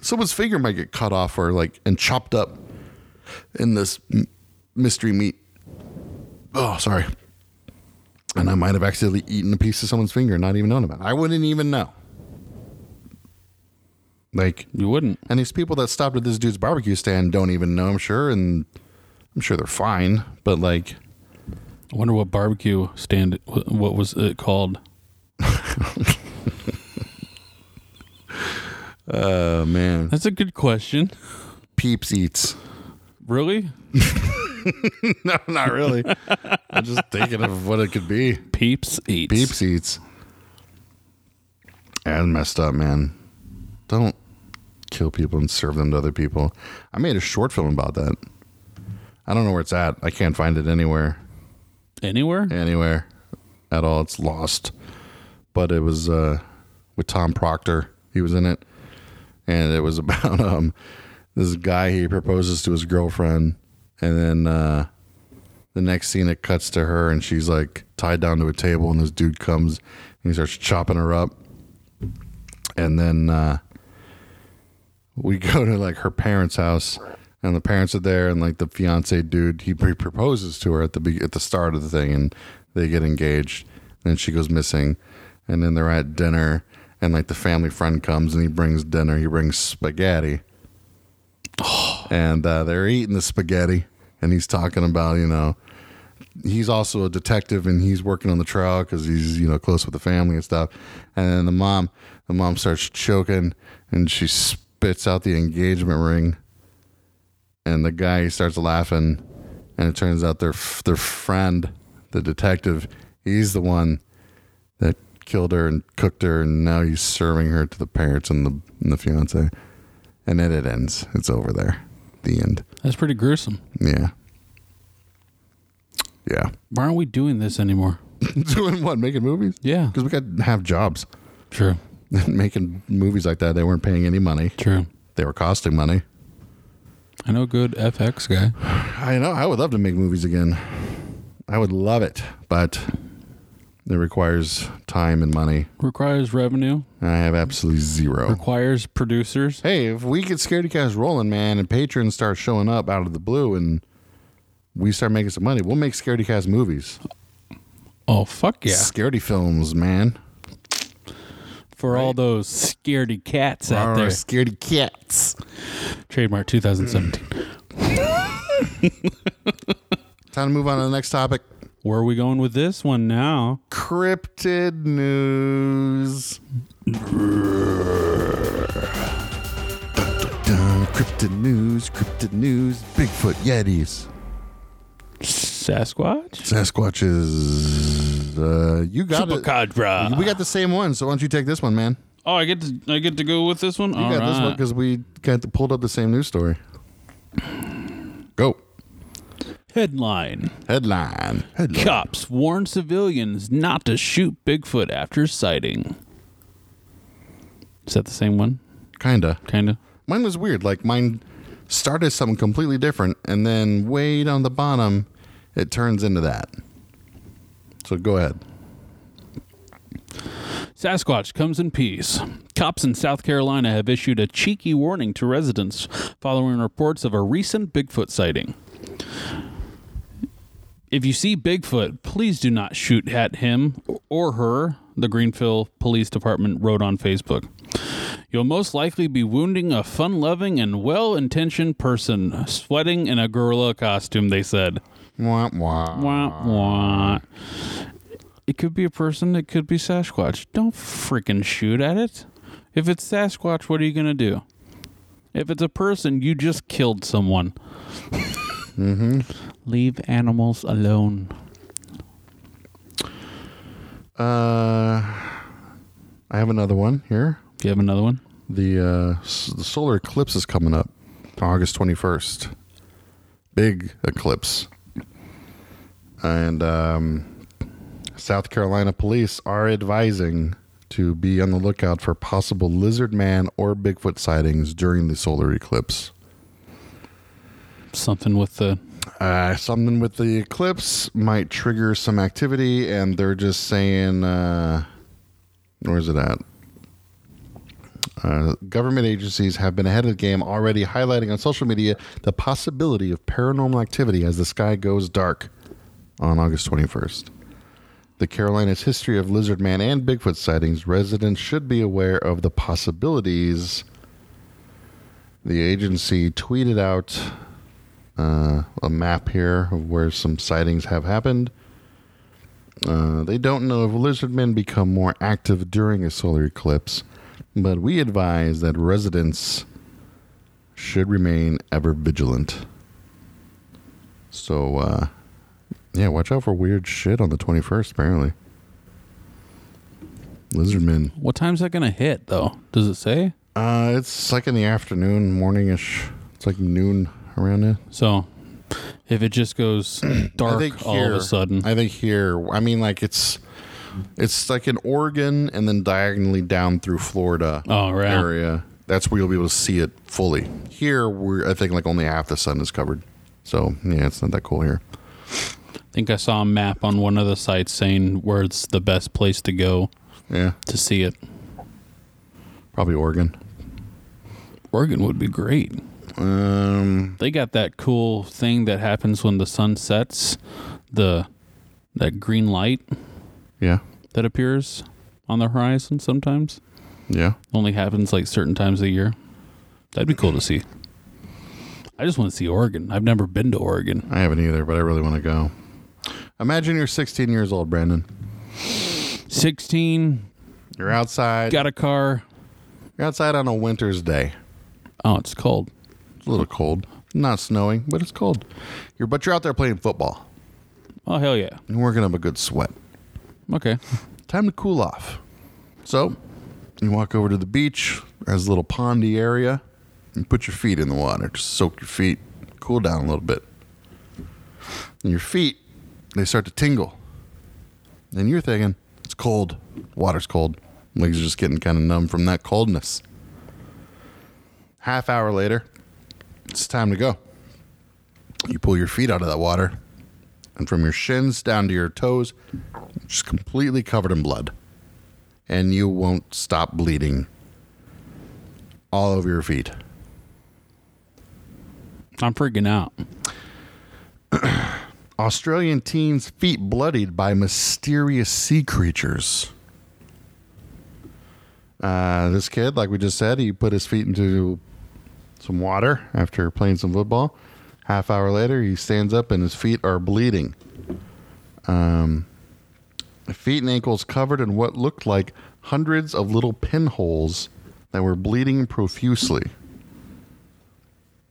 A: someone's finger might get cut off or, like, and chopped up in this m- mystery meat. Oh, sorry. And I might have accidentally eaten a piece of someone's finger, and not even known about it. I wouldn't even know. Like,
B: You wouldn't.
A: and these people that stopped at this dude's barbecue stand don't even know, I'm sure. And I'm sure they're fine, but like,
B: I wonder what barbecue stand. it- wh- What was it called?
A: oh man.
B: That's a good question.
A: Peeps eats.
B: Really?
A: *laughs* No, not really. I'm just thinking of what it could be.
B: Peeps eats.
A: Beep seats. And messed up, man. Don't kill people and serve them to other people. I made a short film about that. I don't know where it's at. I can't find it anywhere.
B: Anywhere?
A: Anywhere at all. It's lost. But it was uh with Tom Proctor. He was in it. And it was *laughs* about um this guy he proposes to his girlfriend and then uh the next scene it cuts to her and she's like tied down to a table and this dude comes and he starts chopping her up and then uh we go to like her parents house and the parents are there and like the fiance dude he pre- proposes to her at the be- at the start of the thing and they get engaged and then she goes missing and then they're at dinner and like the family friend comes and he brings dinner he brings spaghetti and uh, they're eating the spaghetti and he's talking about you know he's also a detective and he's working on the trial because he's you know close with the family and stuff and then the mom the mom starts choking and she spits out the engagement ring and the guy starts laughing and it turns out their their friend the detective he's the one that killed her and cooked her and now he's serving her to the parents and the and the fiance and then it ends it's over there the end
B: That's pretty gruesome.
A: yeah yeah
B: Why aren't we doing this anymore?
A: *laughs* doing what making movies
B: Yeah.
A: because we got have jobs *laughs*
B: True.
A: making movies like that they weren't paying any money
B: True.
A: they were costing money
B: I know a good FX guy.
A: I know. I would love to make movies again. I would love it, but it requires time and money.
B: Requires revenue.
A: And I have absolutely
B: *laughs*
A: zero.
B: Requires producers.
A: Hey, if we get Scaredy Cast rolling, man, and patrons start showing up out of the blue and we start making some money, we'll make Scaredy Cast movies.
B: Oh fuck yeah!
A: Scaredy films, man.
B: For all those scaredy cats out
A: Our
B: there.
A: Scaredy Cats.
B: Trademark 2017.
A: Time to move on to the next topic
B: Where are we going with this one now?
A: cryptid news. Dun, cryptid news, cryptid news, Bigfoot, Yetis,
B: Sasquatch.
A: Sasquatches. Uh, you got it.
B: Chupacabra.
A: We got the same one, so why don't you take this one, man?
B: oh, I get to I get to go with this one.
A: You
B: All
A: got this one
B: right.
A: because we got the, pulled up the same news story. Go.
B: Headline:
A: Headline. Headline.
B: Cops warn civilians not to shoot Bigfoot after sighting. Is that the same one?
A: Kinda.
B: Kinda.
A: Mine was weird. Like mine started something completely different, and then way down the bottom, it turns into that. So go ahead.
B: Sasquatch comes in peace. Cops in South Carolina have issued a cheeky warning to residents following reports of a recent Bigfoot sighting. If you see Bigfoot, please do not shoot at him or her, the Greenville Police Department wrote on Facebook. You'll most likely be wounding a fun loving and well intentioned person sweating in a gorilla costume, they said.
A: Wah, wah.
B: Wah, wah. It could be a person, it could be Sasquatch. Don't freaking shoot at it. If it's Sasquatch, what are you going to do? If it's a person, you just killed someone.
A: *laughs*
B: mm-hmm.
A: Mm-hmm.
B: Leave animals alone.
A: Uh, I have another one here.
B: Do you have another one?
A: The, uh, s- the solar eclipse is coming up August 21st. Big eclipse. And um, South Carolina police are advising to be on the lookout for possible lizard man or Bigfoot sightings during the solar eclipse.
B: Something with the.
A: Uh, something with the eclipse might trigger some activity, and they're just saying, uh, where's it at? Uh, government agencies have been ahead of the game already, highlighting on social media the possibility of paranormal activity as the sky goes dark on August 21st. The Carolinas' history of lizard man and Bigfoot sightings, residents should be aware of the possibilities. The agency tweeted out uh, a map here of where some sightings have happened. Uh, they don't know if lizard men become more active during a solar eclipse, but we advise that residents should remain ever vigilant. So, uh, yeah, watch out for weird shit on the 21st, apparently. Lizard men.
B: What time's that going to hit, though? Does it say?
A: Uh, it's like in the afternoon, morningish. It's like noon around there.
B: So, if it just goes
A: *clears throat*
B: dark all of
A: here-
B: a sudden.
A: I think here, I mean, like it's it's like in Oregon and then diagonally down through Florida
B: Oh, right.
A: area. That's where you'll be able to see it fully. Here, we're I think like only half the sun is covered. So yeah, it's not that cool here.
B: think I saw a map on one of the sites saying where it's the best place to go
A: Yeah,
B: to see it.
A: probably Oregon.
B: Oregon would be great.
A: Um,
B: They got that cool thing that happens when the sun sets, the that green light
A: yeah,
B: that appears on the horizon sometimes.
A: yeah.
B: Only happens like certain times a year. That'd be cool to see. I just want to see Oregon. I've never been to Oregon.
A: I haven't either, but I really want to go. Imagine you're 16 years old, Brandon.
B: 16,
A: You're outside.
B: got a car.
A: You're outside on a winter's day.
B: Oh, it's cold.
A: It's a little cold. Not snowing, but it's cold. You're but you're out there playing football.
B: Oh, hell yeah.
A: and working up a good sweat.
B: Okay.
A: Time to cool off. So you walk over to the beach, there's a little pondy area, and put your feet in the water. Just soak your feet, cool down a little bit. And your feet, they start to tingle. And you're thinking, it's cold. Water's cold. Legs are just getting kind of numb from that coldness. Half hour later, it's time to go. You pull your feet out of that water, and from your shins down to your toes, just completely covered in blood. And you won't stop bleeding all over your feet.
B: I'm freaking out.
A: Australian teens' feet bloodied by mysterious sea creatures. Uh, this kid, like we just said, he put his feet into some water after playing some football. Half hour later, he stands up and his feet are bleeding. Um, feet and ankles covered in what looked like hundreds of little pinholes that were bleeding profusely.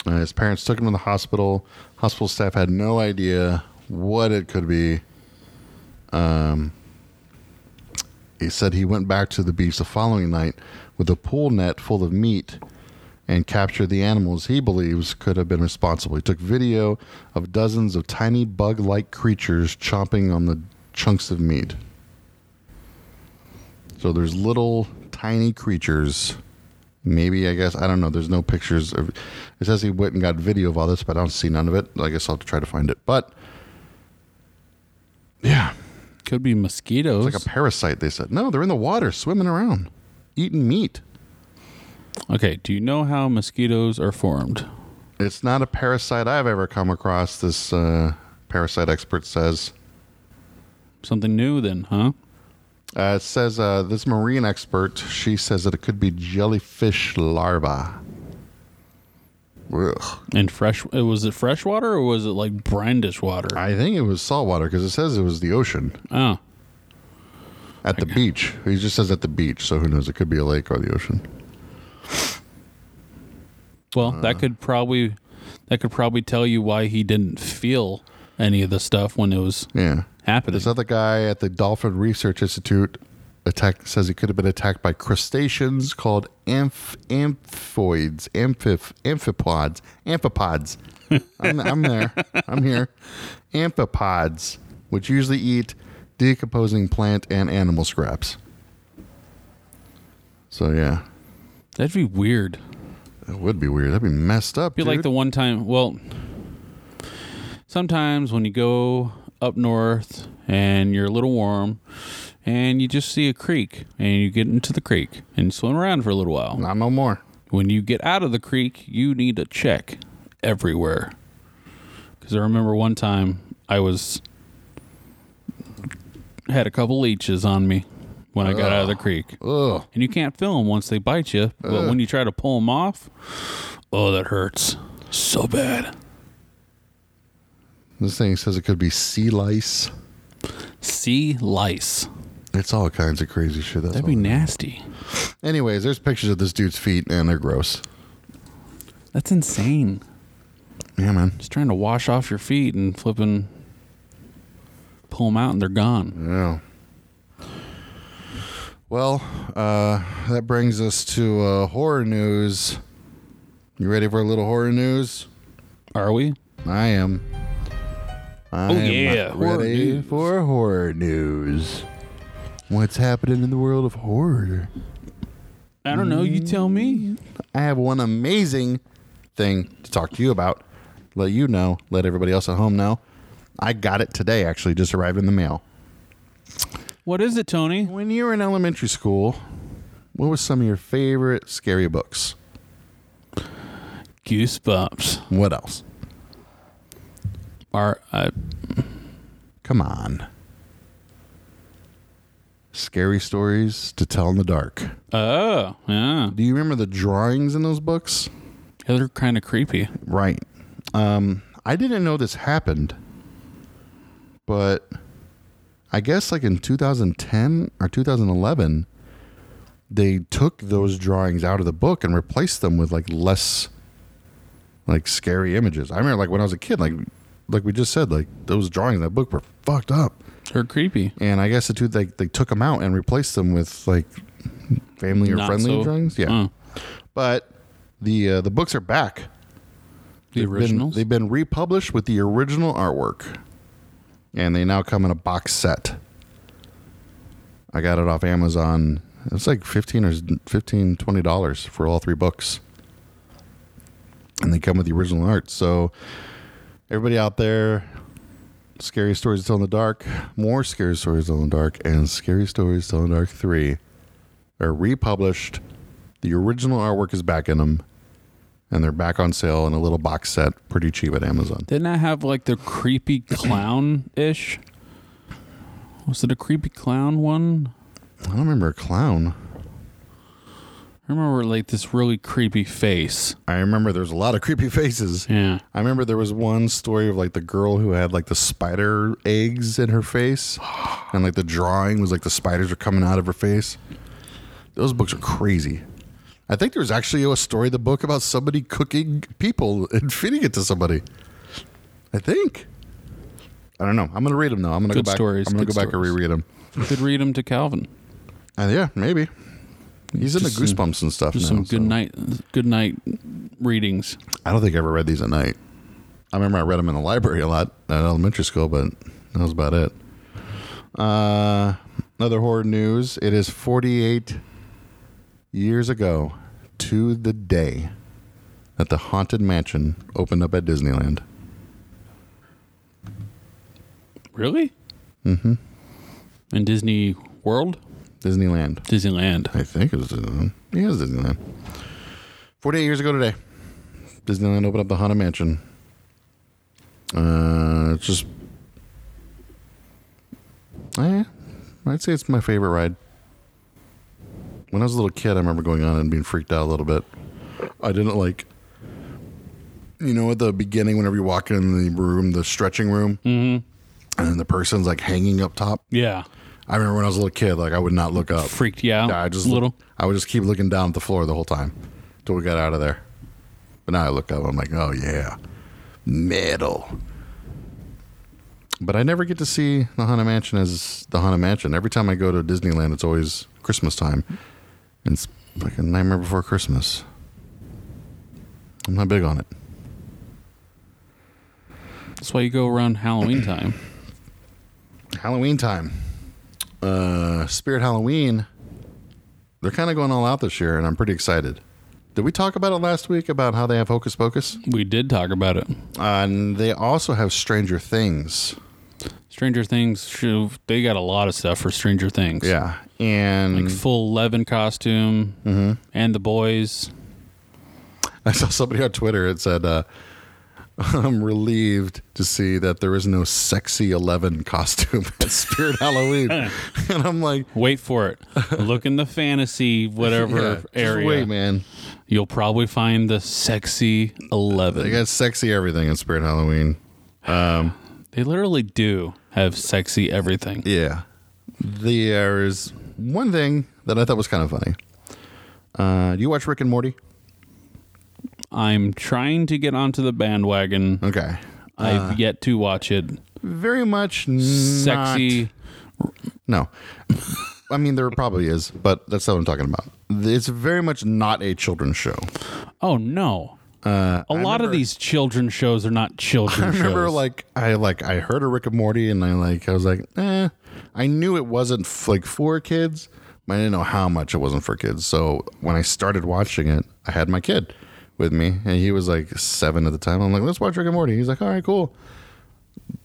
A: Uh, his parents took him to the hospital. Hospital staff had no idea what it could be. Um, he said he went back to the beach the following night with a pool net full of meat and captured the animals he believes could have been responsible. He took video of dozens of tiny bug like creatures chomping on the chunks of meat. So there's little tiny creatures maybe I guess I don't know. There's no pictures. Of, it says he went and got video of all this, but I don't see none of it. I guess I'll try to find it. But yeah,
B: Could be mosquitoes.
A: it's like a parasite. They said no. They're in the water, swimming around, eating meat.
B: Okay, do you know how mosquitoes are formed?
A: It's not a parasite I've ever come across. This uh, parasite expert says.
B: Something new then, huh?
A: Uh, it says uh, this marine expert, she says that it could be jellyfish larvae. Ugh.
B: And fresh uh, was it fresh water or was it like brinish water?
A: I think it was saltwater because it says it was the ocean
B: oh.
A: at the beach. He just says at the beach, so who knows? It could be a lake or the ocean.
B: Well,
A: Uh.
B: that could probably that could probably tell you why he didn't feel any of the stuff when it was
A: Yeah.
B: happening.
A: This other guy at the Dolphin Research Institute attack says he could have been attacked by crustaceans called amph- amphoids, amphif- amphipods,
B: *laughs*
A: amphipods. I'm, I'm there. I'm here. Amphipods, which usually eat decomposing plant and animal scraps. So yeah,
B: That'd be weird.
A: that would be weird. That'd be messed up.
B: Be like
A: dude.
B: the one time. Well, sometimes when you go up north and you're a little warm, and you just see a creek, and you get into the creek and you swim around for a little while.
A: not no more.
B: When you get out of the creek, you need to check everywhere. Because I remember one time I was had a couple leeches on me when I got out of the creek,
A: Ugh.
B: and you can't feel them once they bite you. But when you try to pull them off, oh, that hurts so bad.
A: This thing says it could be sea lice.
B: Sea lice.
A: It's all kinds of crazy shit. That's
B: That'd
A: all
B: be
A: it is.
B: nasty.
A: Anyways, there's pictures of this dude's feet, and they're gross.
B: That's insane.
A: Yeah, man.
B: Just trying to wash off your feet and flipping, pull them out, and they're gone.
A: Yeah. Well, uh, that brings us to uh, horror news. You ready for a little horror news?
B: Are we?
A: I am. I
B: Oh,
A: am
B: yeah, horror
A: ready
B: news.
A: for horror news. What's happening in the world of horror?
B: I don't know. You tell me.
A: I have one amazing thing to talk to you about. Let you know, let everybody else at home know. I got it today, actually, just arrived in the mail.
B: What is it, Tony?
A: When you were in elementary school, what was some of your favorite scary books?
B: Goosebumps.
A: What else?
B: Are uh,
A: Come on. Scary stories to tell in the dark.
B: oh yeah.
A: Do you remember the drawings in those books?
B: They're kind of creepy.
A: Right. Um, I didn't know this happened, but I guess like in 2010 or 2011, they took those drawings out of the book and replaced them with like less like scary images. I remember like when I was a kid, like like we just said, like those drawings in that book were fucked up,
B: They're creepy.
A: and I guess the two they they took them out and replaced them with like family or
B: Not
A: friendly
B: so-
A: drawings. Yeah,
B: Oh,
A: but the uh, the books are back
B: the
A: been-
B: originals.
A: they've been republished with the original artwork, and they now come in a box set. I got it off Amazon. It's like fifteen or 15 20 dollars for all three books, and they come with the original art. So, everybody out there, scary stories to tell in the dark, more scary stories to tell in the dark, and scary stories to tell in the dark three are republished. The original artwork is back in them and they're back on sale in a little box set, pretty cheap at Amazon.
B: Didn't I have like the creepy clown ish? Was it a creepy clown one?
A: I don't remember a clown.
B: I remember like this really creepy face.
A: I remember there's a lot of creepy *laughs* faces.
B: Yeah.
A: I remember there was one story of like the girl who had like the spider eggs in her face, and like the drawing was like the spiders were coming out of her face. Those books are crazy. I think there was actually a story in the book about somebody cooking people and *laughs* feeding it to somebody. I think. I don't know. I'm gonna read them though. I'm gonna
B: Good
A: go back.
B: stories,
A: I'm gonna
B: good
A: go back and
B: stories.
A: reread them.
B: Could read them to Calvin.
A: And yeah, maybe. He's into
B: Just some-
A: goosebumps and stuff.
B: Just
A: now,
B: some
A: so.
B: good night, good night readings.
A: I don't think I ever read these at night. I remember I read them in the library a lot at elementary school, but that was about it. Uh, another horror news. It is 48 years ago to the day that the Haunted Mansion opened up at Disneyland.
B: Really? Mm-hmm. In Disney World,
A: Disneyland.
B: Disneyland.
A: I think it was Disneyland. Yeah, it was Disneyland. 48 years ago today, Disneyland opened up the Haunted Mansion. Uh, it's just Eh, I'd say it's my favorite ride. When I was a little kid, I remember going on and being freaked out a little bit. I didn't like, you know, at the beginning, whenever you walk in the room, the stretching room, and the person's like hanging up top.
B: Yeah.
A: I remember when I was a little kid, like I would not look up.
B: Freaked you out.
A: Yeah, I just
B: a little.
A: I would just keep looking down at the floor the whole time until we got out of there. But now I look up. I'm like, oh yeah, metal. But I never get to see the Haunted Mansion as the Haunted Mansion. Every time I go to Disneyland, it's always Christmas time. And It's like a Nightmare Before Christmas. I'm not big on it.
B: That's why you go around Halloween time.
A: Halloween time. Uh, Spirit Halloween. They're kind of going all out this year, and I'm pretty excited. Did we talk about it last week about how they have Hocus Pocus? Uh,
B: We did talk about it.
A: and they also have Stranger Things.
B: Stranger Things, shoo, they got a lot of stuff for Stranger Things.
A: Yeah, Mm-hmm. and
B: Full Levin costume
A: Mm-hmm.
B: and the boys.
A: *laughs* I saw somebody on Twitter. It said, uh, *laughs* "I'm relieved to see that there is no sexy Eleven costume at Spirit Halloween," and I'm like,
B: Wait
A: *laughs*
B: for it. Look in the fantasy,
A: yeah,
B: whatever
A: just
B: area.
A: wait, man.
B: You'll probably find the sexy 11.
A: They got sexy everything at Spirit Halloween.
B: They literally do have sexy everything.
A: Yeah. There is one thing that I thought was kind of funny. Uh, do you watch Rick and Morty?
B: I'm trying to get onto the bandwagon.
A: Okay.
B: I've yet to watch it.
A: Very much not-
B: Sexy.
A: No. *laughs* I mean, there probably is, but that's not what I'm talking about. It's very much not a children's show.
B: Oh no. Uh, a lot of these children shows are not
A: *laughs*
B: children
A: I remember,
B: shows.
A: like, I like I heard a Rick and Morty, and I like I was like, eh. I knew it wasn't f- like for kids, but I didn't know how much it wasn't for kids. So when I started watching it, I had my kid with me, and he was like seven at the time. I'm like, let's watch Rick and Morty. He's like, all right, cool.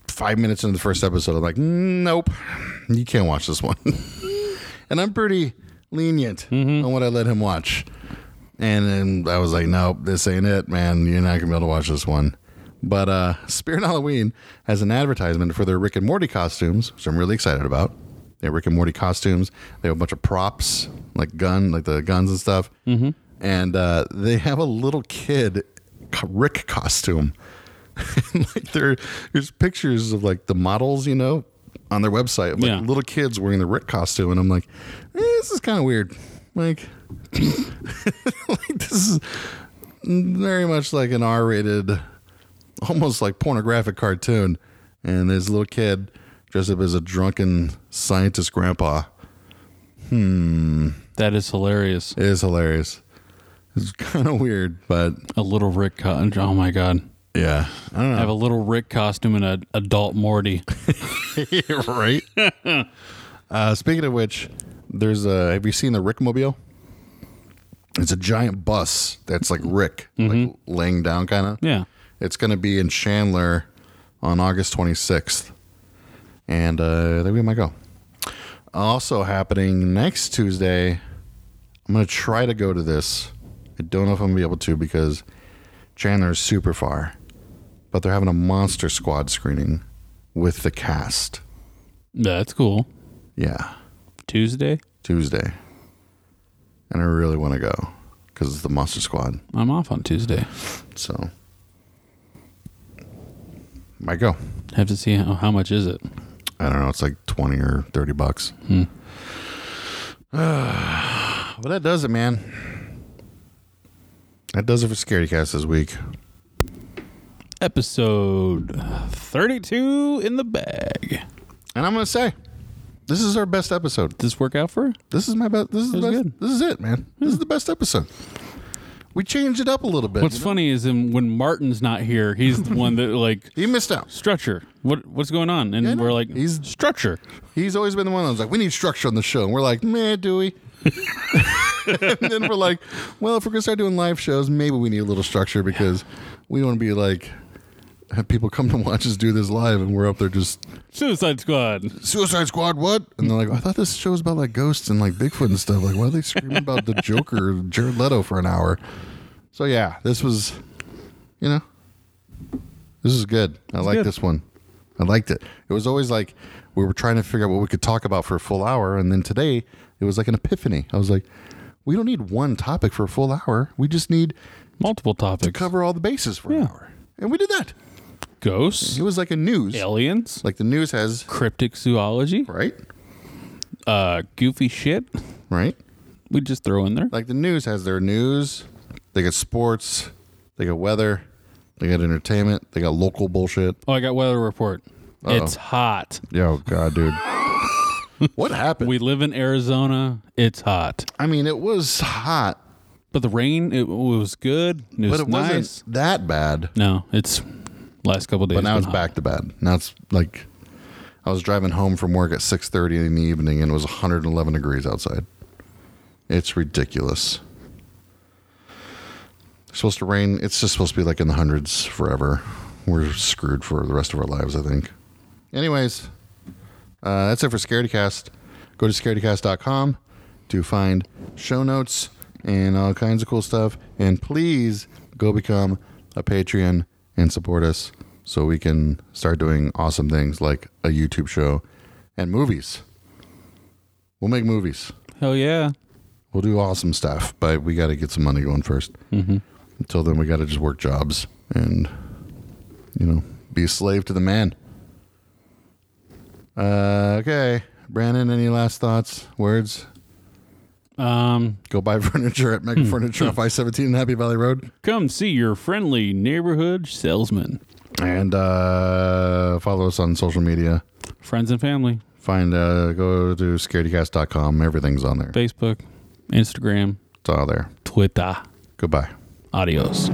A: Five minutes into the first episode, I'm like, nope, you can't watch this one. and I'm pretty lenient on what I let him watch. And then I was like, nope, this ain't it, man. You're not gonna be able to watch this one. But uh, *laughs* Spirit Halloween has an advertisement for their Rick and Morty costumes, which I'm really excited about. They have Rick and Morty costumes. They have a bunch of props, like gun, like the guns and stuff. Mm-hmm. And uh, they have a little kid co- Rick costume. *laughs* And, like there, there's pictures of like the models, you know, on their website, of, like
B: Yeah.
A: little kids wearing the Rick costume, and I'm like, eh, this is kind of weird. Like, *laughs* like this is very much like an R-rated, almost like pornographic cartoon, and there's a little kid dressed up as a drunken scientist grandpa.
B: that is hilarious.
A: It is hilarious. It's *laughs* kind of weird, but
B: A little Rick. Co- oh my god.
A: yeah, I don't know.
B: I have a little Rick costume and an
A: *laughs*
B: adult Morty.
A: right? uh, speaking of which, there's a. Have you seen the Rickmobile? It's a giant bus that's like Rick, like laying down, kind of.
B: Yeah.
A: It's going to be in Chandler on August 26th, and uh, there we might go. Also happening next Tuesday, I'm going to try to go to this. I don't know if I'm going to be able to because Chandler is super far, but they're having a Monster Squad screening with the cast.
B: That's cool.
A: Yeah,
B: Tuesday,
A: Tuesday. And I really want to go because it's the Monster Squad.
B: I'm off on Tuesday.
A: So, might go.
B: Have to see how, how much is it.
A: I don't know. It's like 20 or 30 bucks.
B: Hmm.
A: *sighs* but that does it, man. That does it for Scaredy Cast this week.
B: Episode 32 in the bag.
A: And I'm going to say, this is our best episode.
B: Does this work out for? you?
A: This is my best. This is the
B: was
A: best.
B: good.
A: This is it, man. This is the best episode. We changed it up a little bit.
B: What's funny is in, when Martin's not here, he's the one that like
A: he missed out.
B: stretcher. What what's going on? And
A: I know.
B: we're like,
A: He's-
B: stretcher.
A: He's always been the one that was like, we need structure on the show. And we're like, man, do we? *laughs* and then we're like, well, if we're going to start doing live shows, maybe we need a little structure because we don't want to be like, have people come to watch us do this live and we're up there just,
B: Suicide Squad.
A: Suicide Squad, what? And they're like, I thought this show was about like ghosts and like Bigfoot and stuff. Like, why are they screaming about the Joker, and Jared Leto for an hour? So, yeah, this was, you know, this is good. I like
B: good.
A: this one. I liked it. It was always like we were trying to figure out what we could talk about for a full hour, and then today it was like an epiphany. I was like, we don't need one topic for a full hour. We just need
B: Multiple topics.
A: to cover all the bases for an hour, and we did that.
B: Ghosts,
A: It was like a news,
B: aliens,
A: like the news has
B: cryptic zoology,
A: right,
B: uh, goofy shit.
A: right.
B: We just throw in there.
A: Like the news has their news. They got sports. They got weather. They got entertainment. They got local bullshit.
B: Oh, I got weather report. It's hot.
A: Yo, God,
B: *laughs*
A: dude. what happened?
B: We live in Arizona. It's hot,
A: I mean, it was hot,
B: but the rain it, was good. It was
A: but it
B: nice.
A: wasn't that bad.
B: No, it's last couple days.
A: But now
B: been
A: it's
B: hot.
A: back to bad. Now it's like I was driving home from work at 6:30 in the evening and it was 111 degrees outside. It's ridiculous. It's supposed to rain. It's just supposed to be like in the hundreds forever. We're screwed for the rest of our lives, I think. Anyways, uh, that's it for Scaredycast. Go to scaredycast.com to find show notes and all kinds of cool stuff. And please go become a Patreon and support us so we can start doing awesome things like a YouTube show and movies. We'll make movies.
B: Hell yeah!
A: We'll do awesome stuff, but we got to get some money going 1st Mm-hmm. Until then, we got to just work jobs and, you know, be a slave to the man. Uh, okay. Brandon, any last thoughts, words?
B: Um,
A: Go buy *laughs* furniture at Mega Furniture off I 17 and Happy Valley Road.
B: come see your friendly neighborhood salesman,
A: And uh, follow us on social media.
B: friends and family,
A: Find, uh, go to scaredycast.com. Everything's on there.
B: Facebook, Instagram,
A: It's all there.
B: Twitter.
A: Goodbye.
B: Adios.